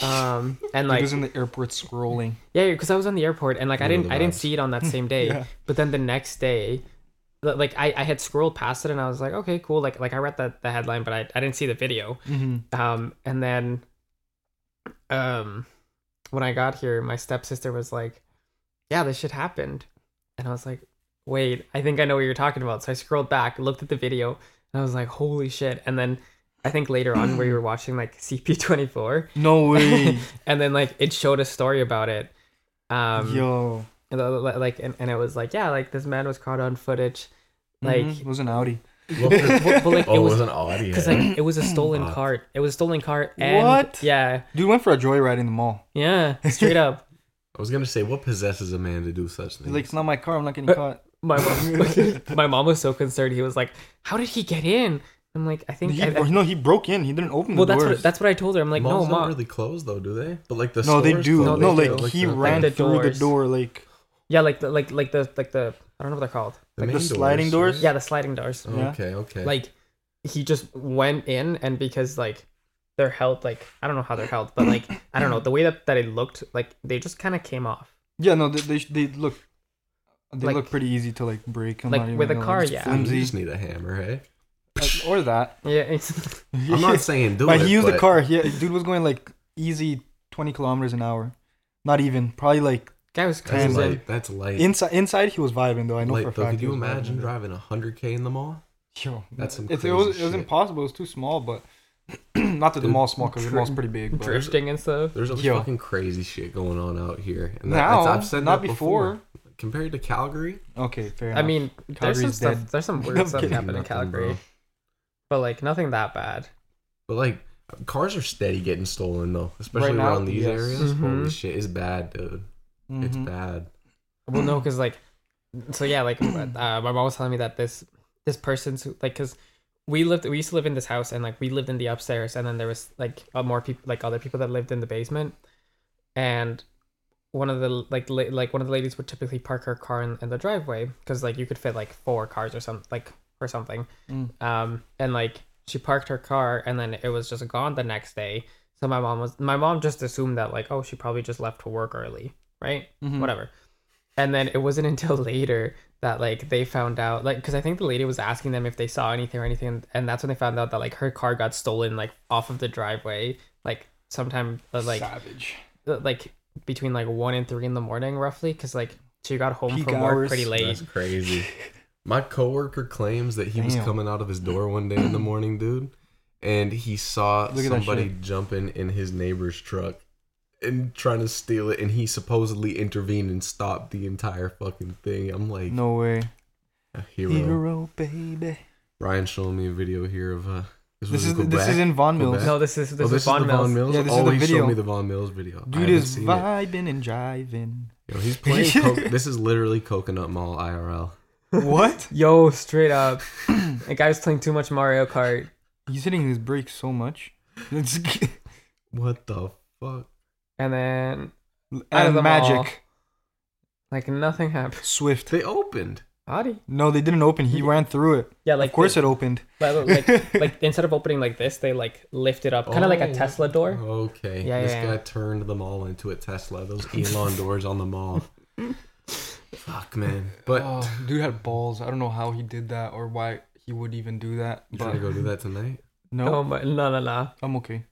C: Um, and
B: he
C: like
B: was in the airport scrolling.
C: yeah, because I was on the airport and like I
A: Remember
C: didn't
A: the
C: I didn't
A: vibes.
C: see it on that same day.
B: Yeah.
C: But then the next day, li- like I, I had scrolled past it and I was like, okay, cool. Like like I read that the headline, but I, I didn't see the video.
B: Mm-hmm.
C: Um, and then, um, when I got here, my stepsister was like, "Yeah, this shit happened," and I was like, "Wait, I think I know what you're talking about." So I scrolled back, looked at the video, and I was like, "Holy shit!" And then I think later on, we were watching like CP24,
B: No way,
C: and then like it showed a story about it. Um,
B: yo.
C: and the- the- like, and, and it was like, yeah, like this man was caught on footage, like,
B: Mhm, it was an Audi.
A: Well,
C: but, but, like
A: oh,
C: it
A: it
C: was.
A: was an audio.
C: Because like it was a stolen
A: Fuck.
C: cart, it was a stolen cart, and
B: What?
C: yeah,
B: Dude went for a joyride in the mall.
C: Yeah, straight up.
A: I was gonna say, what possesses a man to do such
B: He's
A: things?
B: like, it's not my car. I'm not getting caught.
C: My mom, my mom was so concerned. He was like, "How did he get in?" I'm like, "I think."
B: He,
C: I, I-
B: no, he broke in. He didn't open
C: well,
B: the
C: that's
B: doors.
C: what that's what I told her. I'm like,
A: Malls
C: "No,
A: don't
C: mom."
A: really close though, do they? But like the
B: no, they
A: stores
B: do.
A: close.
B: No,
C: No, they
B: like
C: do.
B: he
A: the-
B: ran
C: the
B: through the
C: doors.
B: door. Like
C: Yeah, like the like like the like the I don't know what they're called.
B: like the
A: main
B: sliding doors?
A: right?
C: Yeah, the sliding doors.
A: Oh,
B: Yeah.
A: Okay, okay.
C: Like he just went in, and because like they're held like I don't know how they're held, but like I don't know the way that that it looked like they just kind of came off.
B: yeah, no, they they, they look. They
C: Like-
B: look pretty easy to like break. I'm
C: like,
B: not even
C: with a
B: gonna
C: car,
B: lie. It's
C: yeah.
A: I mean, you just
B: flimsy
A: need a hammer, hey?
B: Uh, or that.
C: Yeah, it's,
A: I'm not saying do it.
B: but he used
A: but
B: the car. Yeah, dude was going like easy 20 kilometers an hour. Not even. Probably like
C: guy was
A: That's
C: cruising.
A: light. That's light.
B: inside. Inside, he was vibing though. I know for a
A: light though.
B: fact.
A: Could
B: he
A: you
B: was vibing,
A: imagine
B: dude.
A: driving 100k in the mall?
B: Yo,
A: That's some
B: it's, it
A: crazy
B: was it was
A: shit.
B: impossible. It was too small, but not that the
A: Dude,
B: mall's small because the
C: dri-
B: mall's pretty big. But
C: Drifting and stuff.
A: There's always
B: Yo.
A: fucking crazy shit going on out here. And that,
B: now,
A: that's- I've said
B: not
A: that
B: before.
A: Compared to Calgary,
B: Okay, fair
C: I
B: enough.
C: mean, there's some
B: Calgary's
C: stuff.
B: dead.
C: There's some
B: I'm
C: weird stuff
B: kidding.
C: happening in
A: Nothing, bro.
C: Calgary, but like nothing that bad.
A: But like cars are steady getting stolen though, especially
B: Right now,
A: around these
B: yes. Mm-hmm.
A: areas. Holy
C: Mhm.
A: shit, it's bad, dude. It's
B: Mhm.
A: bad.
C: Well, no, because like, so yeah, like uh, my mom was telling me that this this person's like, because we lived, we used to live in this house, and like we lived in the upstairs, and then there was like uh, more people, like other people that lived in the basement, and one of the like la- like one of the ladies would typically park her car in, in the driveway because like you could fit like four cars or some like or something,
B: Mm.
C: um, and like she parked her car, and then it was just gone the next day. So my mom was my mom just assumed that like oh she probably just left to work early, right?
B: Mhm.
C: whatever. And then it wasn't until later that like they found out like because I think the lady was asking them if they saw anything or anything, and that's when they found out that like her car got stolen like off of the driveway like sometime uh, like
B: savage.
C: uh, like between like one and three in the morning roughly because like she got home
B: Peak
C: from
B: hours.
C: work pretty late.
A: That's crazy. My coworker claims that he was
B: Damn.
A: coming out of his door one day in the morning, dude, and he saw
B: Look at that
A: somebody jumping in his neighbor's truck and trying to steal it, and he supposedly intervened and stopped the entire fucking thing. I'm like,
B: No way.
A: a hero.
B: Hero, baby.
A: Ryan's showing me a video here of uh,
B: This
A: was
B: is
A: in
B: this is
A: Quebec.
B: in Von
A: Quebec.
B: Mills.
C: No, this is this,
A: oh,
C: is,
A: this
C: Von
A: is the Von
C: Mills.
A: Mills.
B: Yeah, this is
A: oh,
B: the
A: he
B: video.
A: showed me the Von Mills video. I
B: Dude
A: haven't
B: is
A: seen it.
B: vibing and jiving.
A: Yo, he's playing. co- this is literally Coconut Mall IRL.
B: what?
C: Yo, straight up, the guy was playing too much Mario Kart.
B: He's hitting his brakes so much. It's
A: What the fuck?
C: And then, Out of
B: and
C: the
B: magic.
C: mall. like nothing happened.
B: Swift.
A: They opened.
C: Howdy.
B: No, they didn't open. He ran through it.
C: Yeah, like
B: of course
C: the-
B: it opened.
C: But, like, like instead of opening like this, they like lift it up, kind of like a
A: Oh.
C: Tesla door.
A: Okay.
C: Yeah,
A: this
C: yeah,
A: guy
C: yeah.
A: turned the mall into a Tesla. Those Elon doors on the mall. Fuck, man. But
B: Oh, dude had balls. I don't know how he did that or why he would even do that.
A: you trying to
B: But
A: go do that tonight?
B: no,
C: Oh my, no, no, no.
B: I'm okay.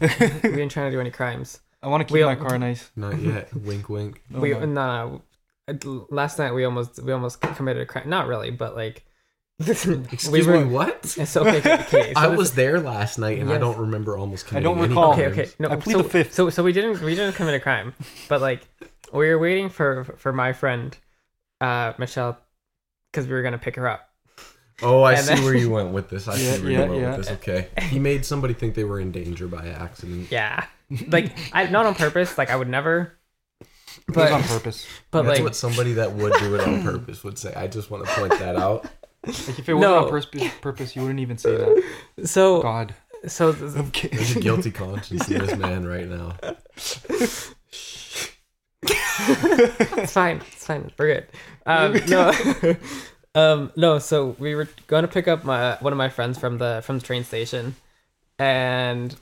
C: We didn't try to do any crimes.
B: I want to keep
C: We-
B: my car nice.
A: Not yet. wink, wink.
B: Oh
C: we
B: my-
C: no, no. Uh, Last night we almost we almost committed a crime. Not really, but like.
A: Excuse
C: we were,
A: me. What?
C: It's okay. okay, okay, so
A: I
C: this-
A: was there last night, and I
C: Yes.
A: don't remember almost.
B: I don't
A: committing any
B: recall.
C: Okay,
A: crimes.
C: okay. No,
B: I plead
C: so,
B: the fifth.
C: So, so we didn't we didn't commit a crime, but like we were waiting for for my friend, uh, Michelle, because we were gonna pick her up.
A: Oh, I
C: And
A: see
C: then-
A: where you went with this. I
B: Yeah,
A: see where
B: yeah,
A: you went
B: yeah.
A: with this. Okay. He made somebody think they were in danger by accident.
C: Yeah, like I not on purpose. Like I would never,
B: It was on
C: But
B: purpose.
C: but
A: That's
C: like
A: what somebody that would do it on purpose would say. I just want to point that out.
B: Like if it wasn't
C: No.
B: on purpose, purpose, you wouldn't even say that.
C: so
B: God.
C: so th-
B: I'm kidding.
A: There's a guilty conscience in this man right now.
C: it's fine. It's fine. We're good. Um, no, um, no. So we were going to pick up my one of my friends from the from the train station, and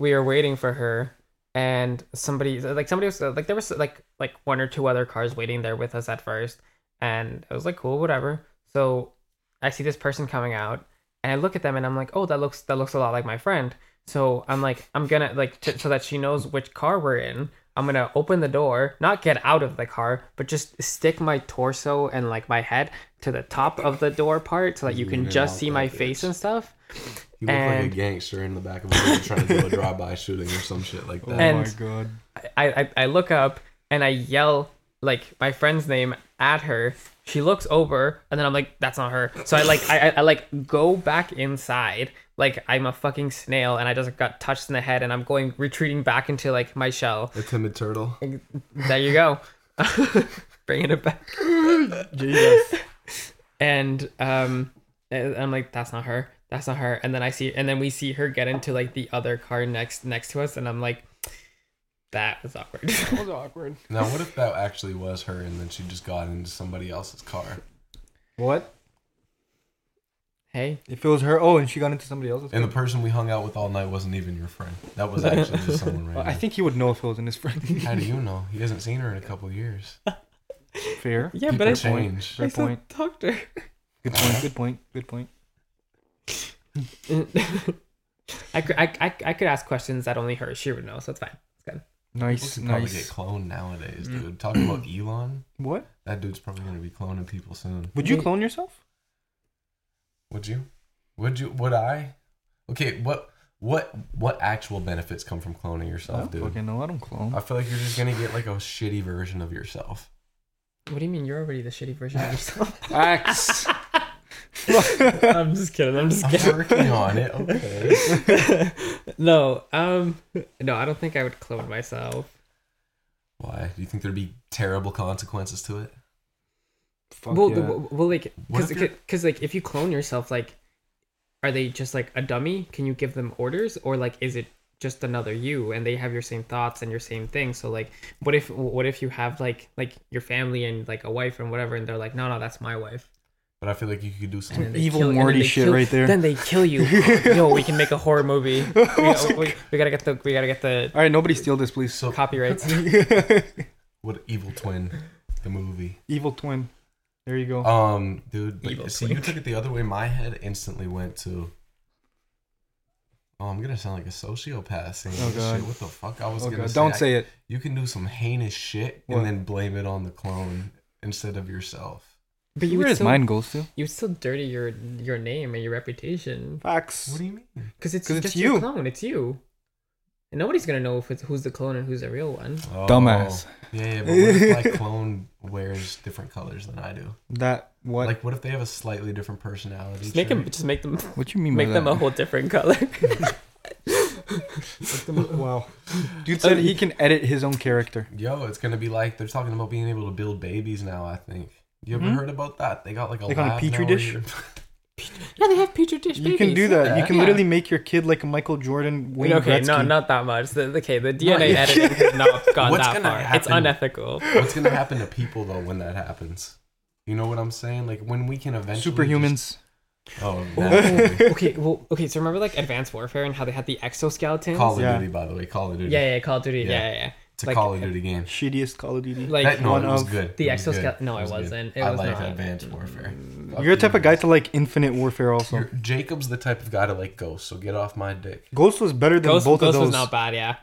C: we were waiting for her. And somebody, like somebody was like, there was like like one or two other cars waiting there with us at first, and I was like, cool, whatever. So I see this person coming out, and I look at them, and I'm like, oh, that looks that looks a lot like my friend. So I'm like, I'm gonna like t- so that she knows which car we're in. I'm gonna open the door, not get out of the car, but just stick my torso and like my head to the top of the door part so that you can
A: Leaning
C: just
A: out
C: see
A: that
C: my
A: bitch.
C: face and stuff.
A: You look like
C: And-
A: a gangster in the back of a movie trying to do a drive-by shooting or some shit like
B: Oh
A: that.
C: And-
B: my god.
C: I, I I look up and I yell like my friend's name at her. She looks over and then I'm like, that's not her. So I like I, I, I like go back inside like I'm a fucking snail and I just got touched in the head and I'm going retreating back into like my shell.
A: A timid turtle.
C: There you go, bringing it back.
B: Jesus.
C: And um, and I'm like, that's not her. That's not her. And then I see and then we see her get into like the other car next next to us and I'm like, that was awkward.
B: That was awkward.
A: Now, what if that actually was her and then she just got into somebody else's car?
B: What?
C: hey,
B: If it was her, oh, and she got into somebody else's.
A: And the person we hung out with all night wasn't even your friend. That was actually just someone
B: Well,
A: random.
B: I think he would know if it was in his friend.
A: How do you know? He hasn't seen her in a couple years.
B: Fair.
C: yeah,
A: People
C: but I,
A: change.
C: I
B: Fair
C: still
B: point.
C: talked to her.
B: Good point. Good point. Good point.
C: I could, I, I, I could ask questions that only her she would know, so it's fine.
A: People
B: Nice.
A: could probably get
B: Nice.
A: cloned nowadays, dude. Talking about Elon,
B: What?
A: that dude's probably gonna be cloning people soon.
B: Would you
C: Me-
B: clone yourself?
A: Would you? Would you? Would I? Okay, what what what actual benefits come from cloning
B: I
A: yourself,
B: don't
A: dude?
B: Oh, fucking know. I don't clone.
A: I feel like you're just gonna get like a shitty version of yourself.
C: What do you mean you're already the shitty version of yourself?
B: Axe.
C: I'm just kidding. I'm just
A: I'm
C: kidding.
A: working on it. Okay.
C: no, um, no, I don't think I would clone myself.
A: Why? Do you think there'd be terrible consequences to it?
B: Fuck
C: well,
B: yeah.
C: well, well, like,
A: What
C: because,
A: if you're-
C: like, if you clone yourself, like, are they just like a dummy? Can you give them orders, or like, is it just another you, and they have your same thoughts and your same thing? So like, what if, what if you have like, like your family and like a wife and whatever, and they're like, no, no, that's my wife.
A: But I feel like you could do
C: And then
A: something.
C: they
B: Evil
C: kill- and then
B: Morty
C: they
B: shit
C: kill-
B: right there.
C: Then they kill you. Yo, we can make a horror movie. We, gotta- we- we gotta get the we gotta get the
B: oh, All right, nobody steal this, please.
A: So
C: copyrights.
A: what evil twin the movie.
B: Evil twin. There you go.
A: Um, dude, but
C: Evil
A: see, you
C: twin.
A: took it the other way. My head instantly went to. Oh, I'm gonna sound like a sociopath saying
B: Oh,
A: this
B: God.
A: shit. What the fuck? I was
B: Oh,
A: gonna
B: God.
A: say,
B: Don't
A: I-
B: say it.
A: you can do some heinous shit
B: What?
A: and then blame it on the clone instead of yourself.
C: But you
B: Where
C: would
B: his
C: still,
B: mind goes to.
C: you would still dirty your your name and your reputation
B: Facts.
A: What do you mean?
C: because it's
B: 'Cause it's
C: just your
B: you.
C: clone. It's you. And nobody's gonna know if it's who's the clone and who's the real one.
A: Oh,
B: Dumbass.
A: Yeah, yeah, but what if my clone wears different colors than I do?
B: That what?
A: Like, what if they have a slightly different personality?
C: Just make them.
A: trait?
C: Just make them.
B: what you mean
C: Make
B: by
C: them a
B: that?
C: whole different color.
B: wow. Dude
C: Oh,
B: said he can edit his own character.
A: Yo, it's gonna be like they're talking about being able to build babies now. I think. You ever
B: Hmm?
A: heard about that? They got like a
B: Like on a
A: lab
B: petri
A: now where
B: dish?
A: you-
C: yeah, they have petri dish
B: You can do that. You can
C: Yeah.
B: literally make your kid like a Michael Jordan. Wayne
C: okay,
B: Gretzky.
C: no, not that much. The, okay, the
A: No,
C: DNA
A: yeah.
C: editing has not gone
A: What's
C: that
A: gonna
C: far. It's
A: happen?
C: unethical.
A: What's gonna happen to people though when that happens? You know what I'm saying? Like when we can eventually just-
B: Superhumans.
A: Oh, naturally.
C: okay, well, okay. So remember, like Advanced Warfare and how they had the exoskeletons.
A: Call of
B: Yeah.
A: Duty, by the way, Call of Duty.
C: yeah, yeah, Call of Duty. Yeah,
A: Yeah.
C: yeah, yeah.
A: it's a
C: like-
A: Call of Duty game.
B: Shittiest Call of Duty.
C: Like
A: that, no,
B: one
A: it was
B: of
A: good.
C: the
A: It was good.
C: exoskeleton. No,
A: It
C: it,
A: was good.
C: wasn't. It
A: I
C: was
A: like
C: not.
A: Advanced Warfare. Fuck
B: You're the type of guy
A: humans.
B: to like Infinite Warfare. Also,
A: You're- Jacob's the type of guy to like ghosts, so get off my dick.
B: Ghost was better than
C: Ghost,
B: both
C: Ghost
B: of
C: was
B: those.
C: not bad. Yeah.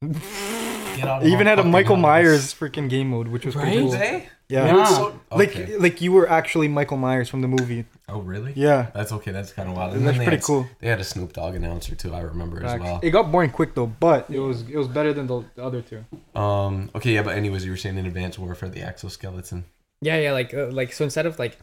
A: Get out of
B: Even
A: my
B: had a
A: fucking
B: Michael
A: house.
B: Myers freaking game mode, which was
C: Right?
B: pretty cool.
A: Today?
B: Yeah.
A: Dude, so- okay.
B: Like like you were actually Michael Myers from the movie.
A: oh really?
B: Yeah.
A: That's okay. That's kind of wild.
B: That's
A: they
B: pretty
A: had-
B: cool.
A: They had a Snoop Dogg announcer too. I remember as well.
B: It got boring quick though, but it was it was better than the, the other two.
A: Um. Okay. Yeah. But anyways, you were saying in Advanced Warfare, the exoskeleton.
C: Yeah, yeah. Like, uh, like so instead of like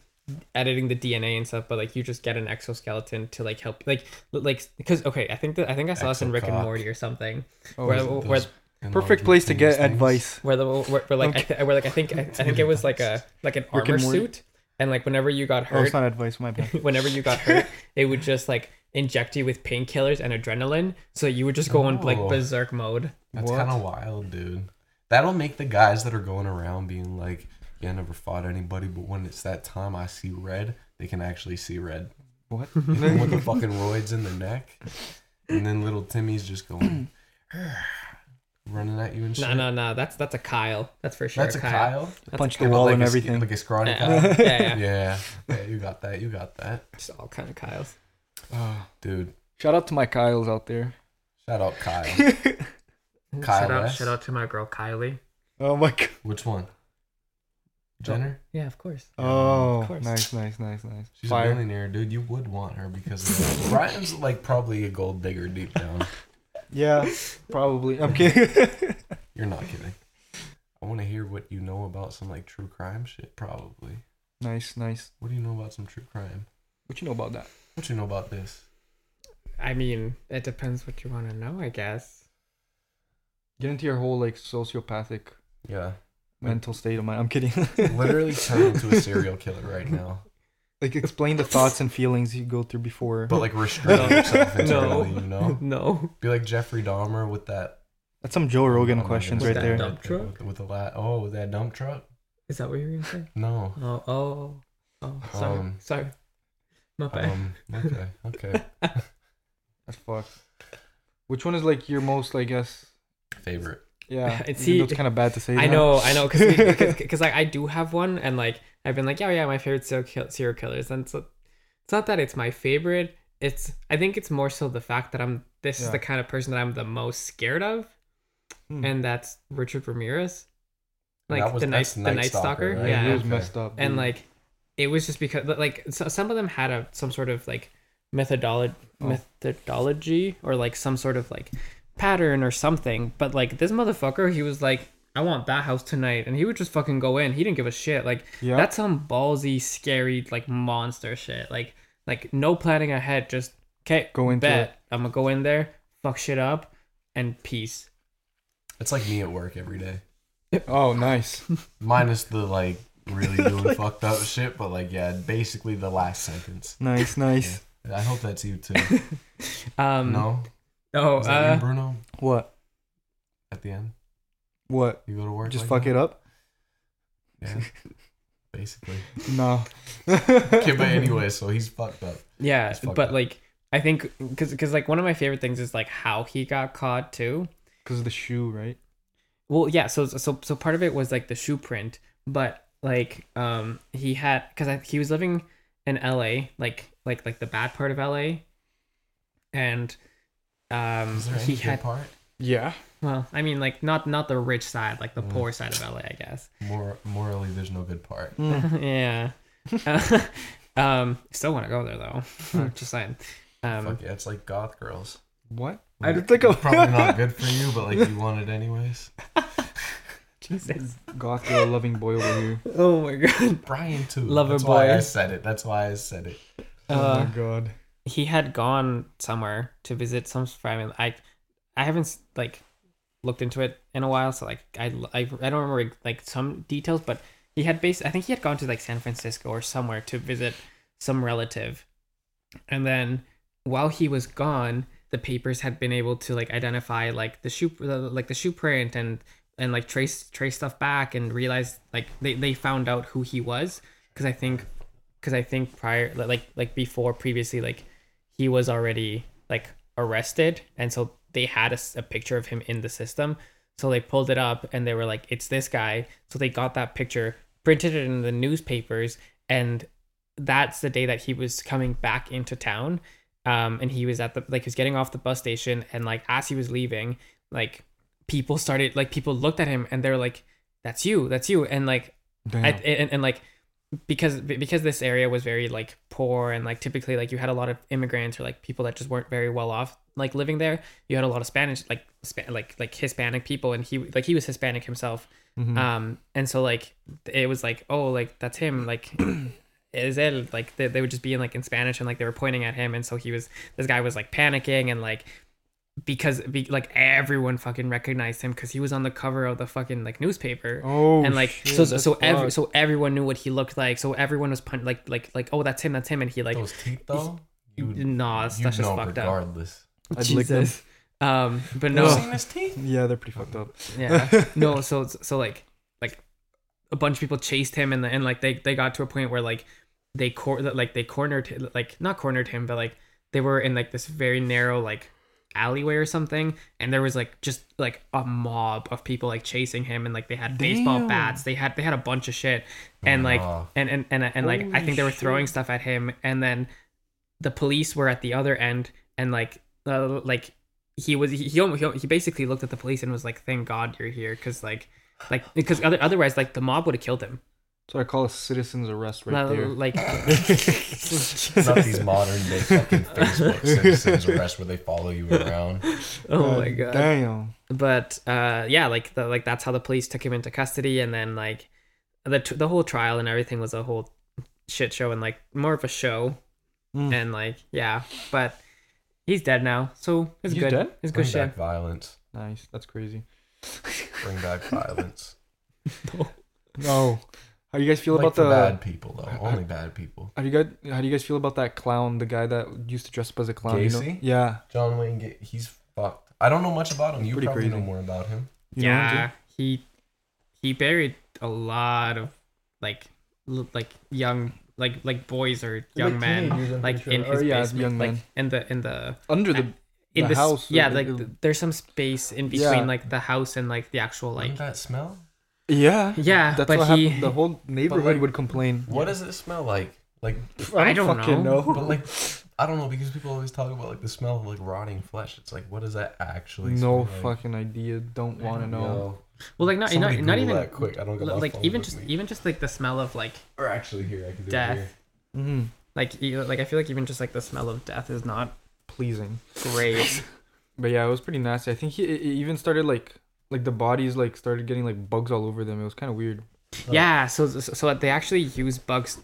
C: editing the DNA and stuff, but like you just get an exoskeleton to like help, like, like because okay, I think that I think I saw this in Rick and
A: Exocock.
C: Morty or something.
B: Oh,
C: where,
A: those-
C: where,
A: and
B: Perfect
A: I'll do
B: place to
A: things,
B: get
A: things.
B: advice. Oh,
C: where the where, where like I th- where like I think I, I think it was like a like an
B: Rick and
C: armor
B: Morty.
C: suit, and like whenever you got
B: Oh, it's
C: hurt,
B: not advice. My bad.
C: whenever you got hurt, they would just like inject you with painkillers and adrenaline, so you would just go in like
A: Oh.
C: berserk mode.
A: That's
B: What?
A: kind of wild, dude. That'll make the guys that are going around being like, "Yeah, I never fought anybody, but when it's that time, I see red." They can actually see red
B: What?
A: Even with the fucking roids in their neck, and then little Timmy's just going, running at you and shit.
C: No, no, no. That's that's a Kyle. That's for sure.
A: That's a Kyle.
C: That's
B: Punch
C: a
B: the
C: Kyle.
A: But
B: wall
A: like
B: and
A: a sc-
B: everything.
A: like a scrawny
C: Yeah.
A: Kyle.
C: yeah, yeah,
A: yeah, yeah, you got that. You got that,
C: Just all kind of Kyles.
B: Ah.
A: dude.
B: shout out to my Kyles out there.
A: Shout out Kyle. Kyle
C: shout out,
A: S.
C: shout out to my girl Kylie.
B: Oh my god.
A: Which one? Jenner.
C: Yeah, of course.
B: Oh,
C: Of course.
B: nice, nice, nice, nice.
A: She's a
B: Fire.
A: billionaire, dude. You would want her because of that. Ryan's like probably a gold digger deep down.
B: Yeah, probably. I'm kidding.
A: You're not kidding. I want to hear what you know about some like true crime shit. Probably.
B: nice, nice.
A: What do you know about some true crime?
B: What you know about that?
A: What you know about this?
C: I mean, it depends what you want to know, I guess.
B: Get into your whole like sociopathic
A: Yeah,
B: mental state of mind. I'm kidding.
A: literally turn into a serial killer right now,
B: Like explain the thoughts and feelings you go through before.
A: but like restrain yourself
C: No.
A: internally. You know,
C: No.
A: be like Jeffrey Dahmer with that
B: That's some Joe Rogan
A: Oh my
B: questions
A: goodness,
B: right
C: With
A: that
B: there.
C: dump
A: thing
C: truck?
A: with, with the la- oh with that dump truck.
C: Is that what you were gonna say?
A: No.
C: Oh, oh, oh. Sorry,
A: Um,
C: sorry. My bad.
A: Um, okay. Okay.
B: That's fucked. Which one is like your most, I guess?
A: Favorite.
B: Yeah.
C: It's
B: even though
C: he-
B: it's kind of bad to say.
C: I
B: that.
C: know, I know, because like I do have one, and like I've been like, yeah, yeah, my favorite serial, kill- serial killers, and it's, it's not that it's my favorite. It's I think it's more so the fact that I'm this is
B: Yeah.
C: the kind of person that I'm the most scared of,
B: Hmm.
C: and that's Richard Ramirez,
A: And
C: like
A: that was-
C: the night
A: that's
C: the
A: Night
C: Night
A: Stalker,
C: Stalker,
A: right?
B: Like,
C: yeah,
B: It was
A: Okay.
B: messed up.
C: and
B: dude.
C: like it was just because like so, some of them had a some sort of like methodology
B: Oh.
C: methodology or like some sort of like pattern or something but like this motherfucker he was like i want that house tonight and he would just fucking go in he didn't give a shit like
B: yeah.
C: that's some ballsy scary like monster shit like like no planning ahead just okay
B: Go into
C: bet i'm gonna go in there fuck shit up and peace
A: It's like me at work every day.
B: oh, nice.
A: Minus the like really doing fucked up shit, but like yeah, basically the last sentence.
B: Nice, nice.
A: I hope that's you too.
C: um
A: No?
C: oh
A: Is that
C: uh,
A: you, Bruno?
B: What?
A: At the end?
B: What?
A: You go to work?
B: Just
A: like
B: fuck
A: that?
B: it up?
A: Yeah. Basically.
B: No.
A: Okay, but anyway, so he's fucked up.
C: Yeah,
A: It's fucked
C: but
A: up.
C: like I think because because like one of my favorite things is like how he got caught too.
B: Because of the shoe, right?
C: Well, yeah, so so so part of it was like the shoe print, but like um he had because he was living in L.A. like like like the bad part of L.A. and um
A: Is there any
C: he
A: good
C: had
A: part?
B: Yeah.
C: well I mean like not not the rich side like the
A: Mm.
C: poor side of L.A. I guess
A: Mor- morally there's no good part.
B: Hmm.
C: yeah Uh, um still want to go there though just saying um
A: Fuck yeah, it's like goth girls.
B: What?
A: I
B: don't think I'm-
A: probably not good for you, but like you want it anyways.
C: Jesus
B: Goth girl loving boy over here.
C: oh my god
A: Brian too.
C: Lover
A: That's why I
C: boy.
A: said it. That's why I said it.
C: Uh,
B: oh my god.
C: he had gone somewhere to visit some family. I, I haven't like looked into it in a while, so like I, I, I don't remember like some details, but he had based. I think he had gone to like San Francisco or somewhere to visit some relative, and then while he was gone, the papers had been able to like identify like the shoe, like the shoe print and and like trace trace stuff back and realize like they they found out who he was because I think because I think prior like like before previously like he was already like arrested and so they had a, s- a picture of him in the system so they pulled it up and they were like it's this guy so they got that picture printed it in the newspapers and that's the day that he was coming back into town um and he was at the like he was getting off the bus station and like as he was leaving like people started like people looked at him and they're like that's you that's you and like
B: Damn.
C: I, and, and like because because this area was very like poor and like typically like you had a lot of immigrants or like people that just weren't very well off like living there you had a lot of spanish like Spa- like like hispanic people and he like he was hispanic himself
B: Mhm.
C: um and so like it was like oh like that's him like is it like they, they would just be in like in spanish and like they were pointing at him and so he was this guy was like panicking and like because be, like everyone fucking recognized him because he was on the cover of the fucking like newspaper.
B: Oh,
C: and like
B: shit,
C: so so,
B: that's
C: so, every,
B: fucked.
C: so everyone knew what he looked like so everyone was pun- like like like oh that's him that's him and he like
A: Those teeth though. You,
C: no that's, that's just fucked up
A: regardless.
B: I'd lick them.
C: Jesus um but
A: No.
C: no
A: Seen his teeth?
B: yeah, they're pretty fucked up.
C: yeah no so so like like a bunch of people chased him and and like they they got to a point where like they cor- like they cornered like not cornered him but like they were in like this very narrow like alleyway or something and there was like just like a mob of people like chasing him and like they had baseball
B: Damn.
C: bats they had they had a bunch of shit and like
A: Wow.
C: and and and, and like I
B: Holy
C: think they were
B: shit.
C: throwing stuff at him, and then the police were at the other end, and like uh, like he was he he, almo- he he basically looked at the police and was like, "Thank God you're here," because like like because other, otherwise like the mob would have killed him.
B: So I call a citizen's arrest right
C: Li-
B: there.
C: Like
A: Not these modern day fucking Facebook citizens arrest where they follow you around.
C: oh
B: Uh,
C: my god.
B: Damn.
C: but uh yeah like the, like that's how the police took him into custody and then like the t- the whole trial and everything was a whole shit show and like more of a show
B: Mm.
C: and like yeah but he's dead now so it's
B: He's
C: good
B: dead?
C: it's good
A: Bring
C: shit
A: back violence.
B: Nice. That's crazy.
A: Bring back violence.
B: No. How do you guys feel
A: Like
B: about
A: for
B: the?
A: bad people though. Only bad people.
B: How do you guys? How do you guys feel about that clown? The guy that used to dress up as a clown. you know?
A: Gacy?
B: Yeah.
A: John Wayne, Ga- he's fucked. I don't know much about him. You
B: Pretty
A: probably know
B: crazy.
A: more about him.
B: You know him,
C: yeah he he buried a lot of like l- like young like like boys or young men like in
B: Or,
C: his
B: yeah,
C: basement
B: young
C: like
B: men.
C: in the in the
B: dude? Under the.
C: in
B: The
C: the, s-
B: house,
C: yeah
B: uh,
C: like
B: uh,
C: th- there's some space in between
B: Yeah.
C: like the house and like the actual like
A: Wouldn't that smell?
B: Yeah.
C: Yeah,
B: That's
C: but
B: what
C: he-
B: happened. The whole neighborhood
A: like,
B: would complain.
A: What does it smell like? Like,
C: I don't
B: fucking
C: know.
A: but like, I don't know because people always talk about like the smell of like rotting flesh. It's like, what does that actually?
B: No
A: smell like?
B: fucking idea. Don't want to
C: don't
B: know.
C: Well, like not not,
A: Somebody
C: not
A: Google
C: even
A: that quick. I don't get
C: l-
A: my
C: like
A: phone
C: even
A: with
C: just
A: me.
C: even just like the smell of like
A: or actually here I can do
C: Death.
A: it here.
B: Mm,
C: like e- like I feel like even just like the smell of death is not
B: pleasing.
C: great.
B: But yeah, it was pretty nasty. I think he it it even started like like the bodies like started getting like bugs all over them. It was kind of weird.
C: yeah, so so they actually use bugs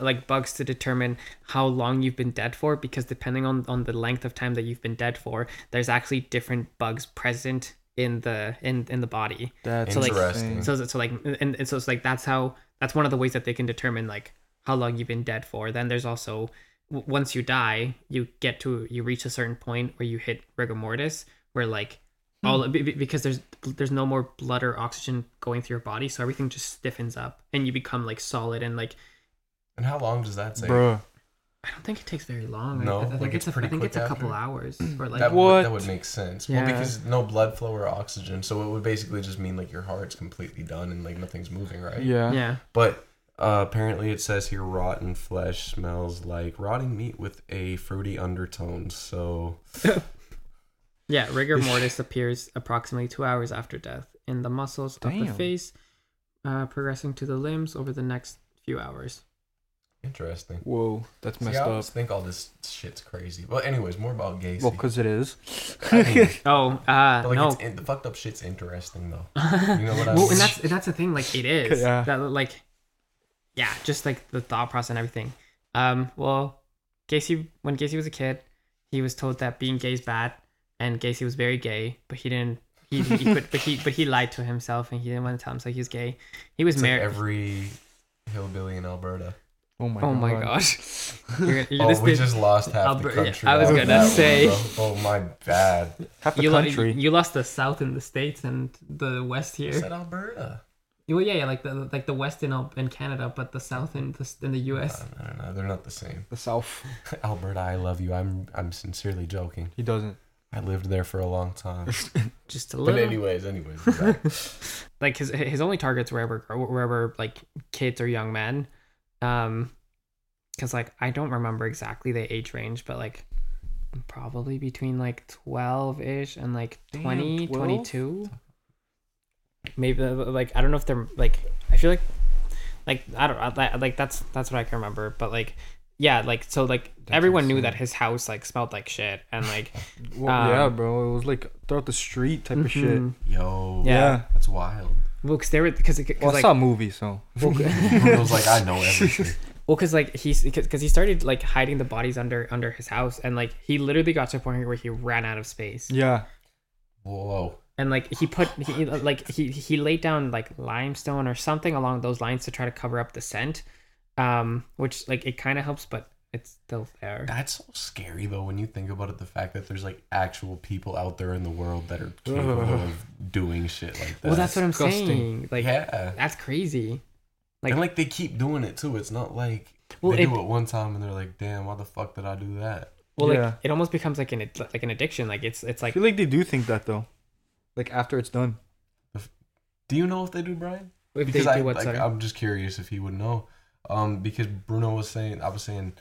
C: like bugs to determine how long you've been dead for because depending on on the length of time that you've been dead for, there's actually different bugs present in the in in the body.
B: That's
C: So, like,
A: Interesting.
C: So so like and, and so it's like that's how that's one of the ways that they can determine like how long you've been dead for. Then there's also w- once you die, you get to you reach a certain point where you hit rigor mortis, where like
A: Hmm.
C: all be- be- because there's there's no more blood or oxygen going through your body, so everything just stiffens up and you become like solid and like
A: And how long does that take?
B: bruh.
C: I don't think it takes very long. I-
A: No,
C: I, I
A: like, it's
C: think it's, a, I
A: pretty
C: think it's a
A: quick
C: couple
A: after.
C: hours or like
A: that, would, that
B: What?
A: would make sense.
C: Yeah.
A: Well, because no blood flow or oxygen, so it would basically just mean like your heart's completely done and like nothing's moving, right?
B: Yeah.
C: yeah.
A: But uh, apparently, it says here rotten flesh smells like rotting meat with a fruity undertone. So
C: Yeah, rigor mortis appears approximately two hours after death in the muscles of the
B: Damn.
C: face, uh, progressing to the limbs over the next few hours.
A: interesting.
B: Whoa, that's
A: See,
B: messed
A: I
B: up.
A: always think all this shit's crazy. Well, anyways, more about Gacy.
B: Well, cause it is.
A: I mean,
C: Oh, uh,
A: but, like,
C: no.
A: it's in, the fucked up shit's interesting though. You know what I mean?
C: well, and that's that's the thing. Like, it is
B: Yeah.
C: that like, yeah, just like the thought process and everything. Um, well, Gacy when Gacy was a kid, he was told that being gay is bad, and Gacy was very gay, but he didn't. He, he could, but he but he lied to himself and he didn't want to tell himself he was gay. He was
A: It's like
C: married.
A: every hillbilly in Alberta.
B: Oh my.
C: oh my
B: god.
C: gosh. You're- you're-
A: Oh,
C: this
A: we
C: did-
A: just lost half
C: Albert-
A: the country.
C: I was
A: off
C: gonna
A: that one,
C: say.
A: bro. oh my bad.
B: Half the
C: you, lo-
B: country.
C: you lost the south in the states and the west
A: I
C: here.
A: said Alberta.
C: Well, yeah, yeah, like the like the west in Al- in Canada, but the south in the in the U.S.
A: I don't know. They're not the same.
B: the South.
A: Alberta, I love you. I'm I'm sincerely joking.
B: He doesn't.
A: I lived there for a long time.
C: Just a
A: But
C: little.
A: anyways, anyways. we're back.
C: Like his his only targets wherever wherever like kids or young men, um, because like I don't remember exactly the age range, but like probably between like 12 ish and like 20
B: 12?
C: 22 maybe uh, like i don't know if they're like i feel like like i don't I- I- like that's that's what i can remember but like yeah like so like everyone knew that his house like smelled like shit and like
B: Well,
C: Um,
B: yeah, bro. It was like throughout the street type of shit.
C: mhm.
A: Yo,
C: Yeah.
A: that's wild.
C: well because they were because
B: Well, I
C: like
B: saw a movie, so
A: Bruno's like, I know everything.
C: Well, because like he's because he started like hiding the bodies under under his house, and like he literally got to a point where he ran out of space,
B: Yeah.
A: Whoa.
C: and like he put he like he he laid down like limestone or something along those lines to try to cover up the scent, um, which like it kind of helps, but it's still there.
A: That's so scary though when you think about it. The fact that there's like actual people out there in the world that are capable of doing shit like that.
C: well, that's what I'm
B: disgusting.
C: saying. Like
A: yeah.
C: that's crazy. like-
A: and like they keep doing it too. It's not like
C: Well,
A: they
C: it-
A: do it one time and they're like, "Damn, why the fuck did I do that?"
C: Well,
B: Yeah.
C: like it almost becomes like an ad- like an addiction. Like it's it's
B: I
C: like
B: feel like they do think that though. Like after it's done.
A: Do you know if they do, Brian?
C: if
A: Because
C: they
A: I,
C: do what's
A: like, I'm just curious if he would know. Um, because Bruno was saying, I was saying,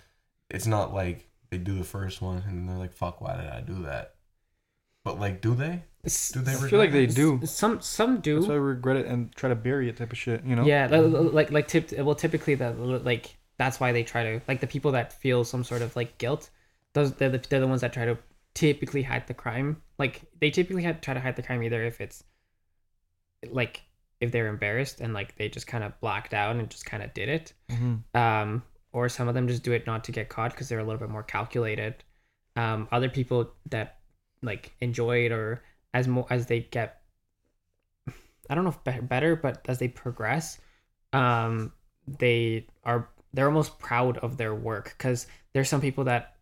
A: it's not like they do the first one and they're like, "Fuck, why did I do that?" But like, do they? Do they?
B: I feel like they
A: regret it?
B: do.
C: some some do.
B: That's why I regret it and try to bury it type of shit, you know?
C: Yeah, li- li- like like tip. Well, typically that like that's why they try to like the people that feel some sort of like guilt. Those they're the, they're the ones that try to typically hide the crime. Like they typically had try to hide the crime either if it's like if they're embarrassed and like they just kind of blacked out and just kind of did it.
B: Mm-hmm.
C: Um, or some of them just do it not to get caught because they're a little bit more calculated. Um, other people that like enjoy it or as more as they get i don't know if be- better but as they progress um they are they're almost proud of their work because there's some people that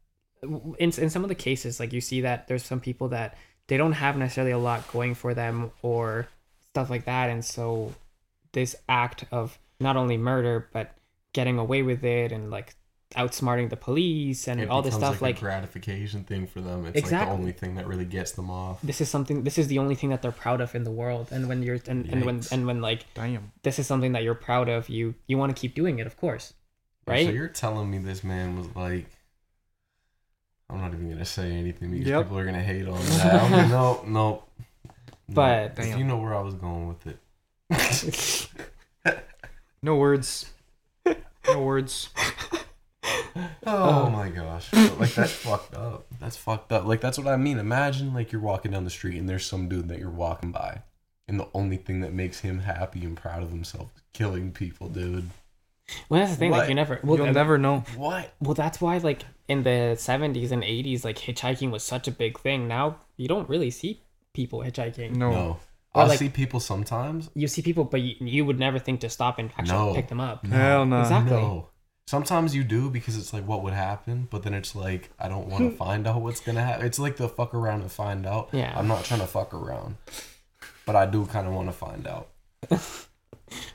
C: in, in some of the cases like you see that there's some people that they don't have necessarily a lot going for them or stuff like that and so this act of not only murder but getting away with it and like outsmarting the police and
A: It
C: all this
A: becomes,
C: stuff like
A: a gratification thing for them. It's like
C: Exactly.
A: the only thing that really gets them off.
C: this is something this is the only thing that they're proud of in the world and when you're and, and when
A: Yikes.
C: and when like
B: Damn.
C: this is something that you're proud of you you want to keep doing it of course right
A: So you're telling me this man was like, I'm not even gonna say anything because
B: Yep.
A: people are gonna hate on that. I'm like, no, no. No.
C: But-
A: If you
B: Damn.
A: know where I was going with it.
B: No words. No words.
A: oh
C: Oh.
A: my gosh, But, like that's fucked up. That's fucked up. Like that's what I mean. Imagine like you're walking down the street and there's some dude that you're walking by, and the only thing that makes him happy and proud of himself is killing people, dude.
C: well that's the thing
A: What?
C: like you never well,
B: You'll
C: uh,
B: never know.
A: What?
C: well that's why like in the 70s and 80s like hitchhiking was such a big thing now you don't really see people hitchhiking
B: No.
A: No.
C: Or,
A: I'll
C: like-
A: see people sometimes.
C: you see people but you, you would never think to stop and actually
A: No.
C: pick them up
B: Hell no.
C: Exactly.
A: No. Sometimes you do because it's like what would happen, but then it's like I don't want to find out what's gonna happen. It's like the fuck around and find out.
C: Yeah.
A: I'm not trying to fuck around, but I do kind of want to find out.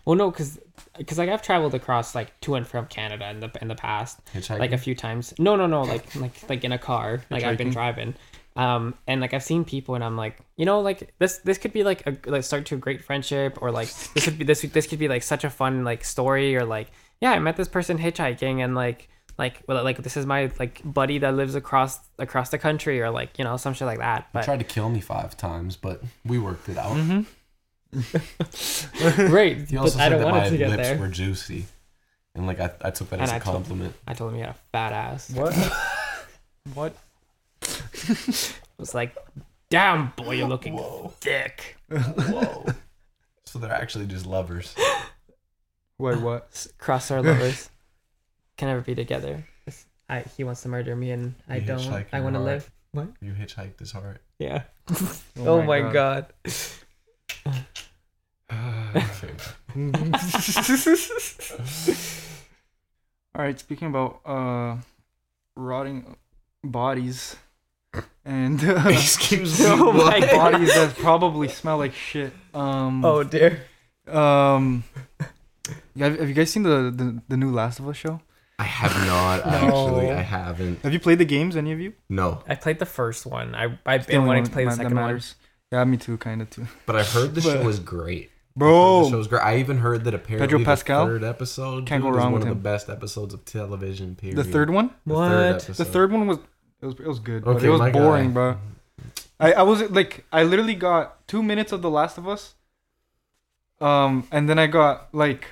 C: well no because because like i've traveled across like to and from canada in the in the past
A: Hitchhiking.
C: like a few times. No, no, no. Like like like in a car. Like I've been
B: Hitchhiking.
C: driving, um, and like I've seen people, and I'm like, you know, like this this could be like a like start to a great friendship, or like this could be this this could be like such a fun like story, or like yeah, I met this person hitchhiking, and like like well like this is my like buddy that lives across across the country, or like you know some shit like that.
A: They
C: But
A: tried to kill me five times, but we worked it out.
B: Mm-hmm.
C: great,
A: He also
C: Mm, but I
A: said
C: don't
A: that
C: want
A: my
C: it to get
A: lips
C: there.
A: were juicy, and like I, I took that
C: And
A: as a
C: I told-
A: compliment.
C: I told him he had a fat ass. I
B: What? what?
C: was like, damn boy, you're looking
A: Whoa,
C: thick.
A: whoa. so they're actually just lovers.
B: Wait, what?
C: cross our lovers can never be together. It's- I, he wants to murder me and I
A: You
C: don't.
A: hitchhike
C: I
A: your
C: want to
A: heart.
C: live.
A: You hitchhiked his heart.
C: Yeah. Oh, my god.
B: All right, speaking about uh, rotting bodies and uh,
A: Excuse
C: Oh my god.
B: bodies that probably smell like shit. Um,
C: Oh dear.
B: um, yeah, have, have you guys seen the, the the new Last of Us show?
A: I have not
C: No.
A: actually. I haven't.
B: Have you played the games? Any of you?
A: No,
C: I played the first one. I I've
B: The
C: been
B: only
C: wanting
B: one
C: to play the
B: ma- that
C: second one.
B: matters. Yeah, me too, kind of too.
A: but I heard the
B: But-
A: show was great. I heard the show
B: Bro,
A: was great. I even heard that apparently
B: Pedro
A: the
B: Pascal?
A: third episode
B: Can't go
A: dude, is
B: wrong
A: one
B: with
A: of
B: him.
A: the best episodes of television. Period.
B: the third one.
A: The
C: What?
A: Third
B: The third one was it was it was good, but
A: Okay,
B: it was
A: my guy.
B: boring, bro. I, I was like I literally got two minutes of The Last of Us, um, and then I got like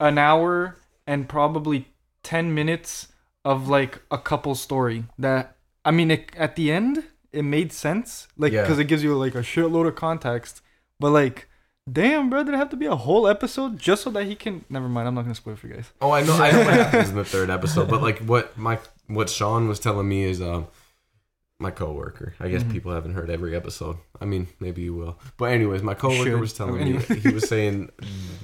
B: an hour and probably ten minutes of like a couple story that I mean it, at the end it made sense like
A: Yeah.
B: because it gives you like a shitload of context, but like Damn, bro, did it have to be a whole episode just so that he can? Never mind, I'm not gonna spoil it for you guys.
A: Oh, I know. I know what happens in the third episode, but like what my what Sean was telling me is um my coworker. I guess
B: Mhm.
A: people haven't heard every episode. I mean, maybe you will. But anyways, my coworker
B: should.
A: was telling me
B: Anyway.
A: he was saying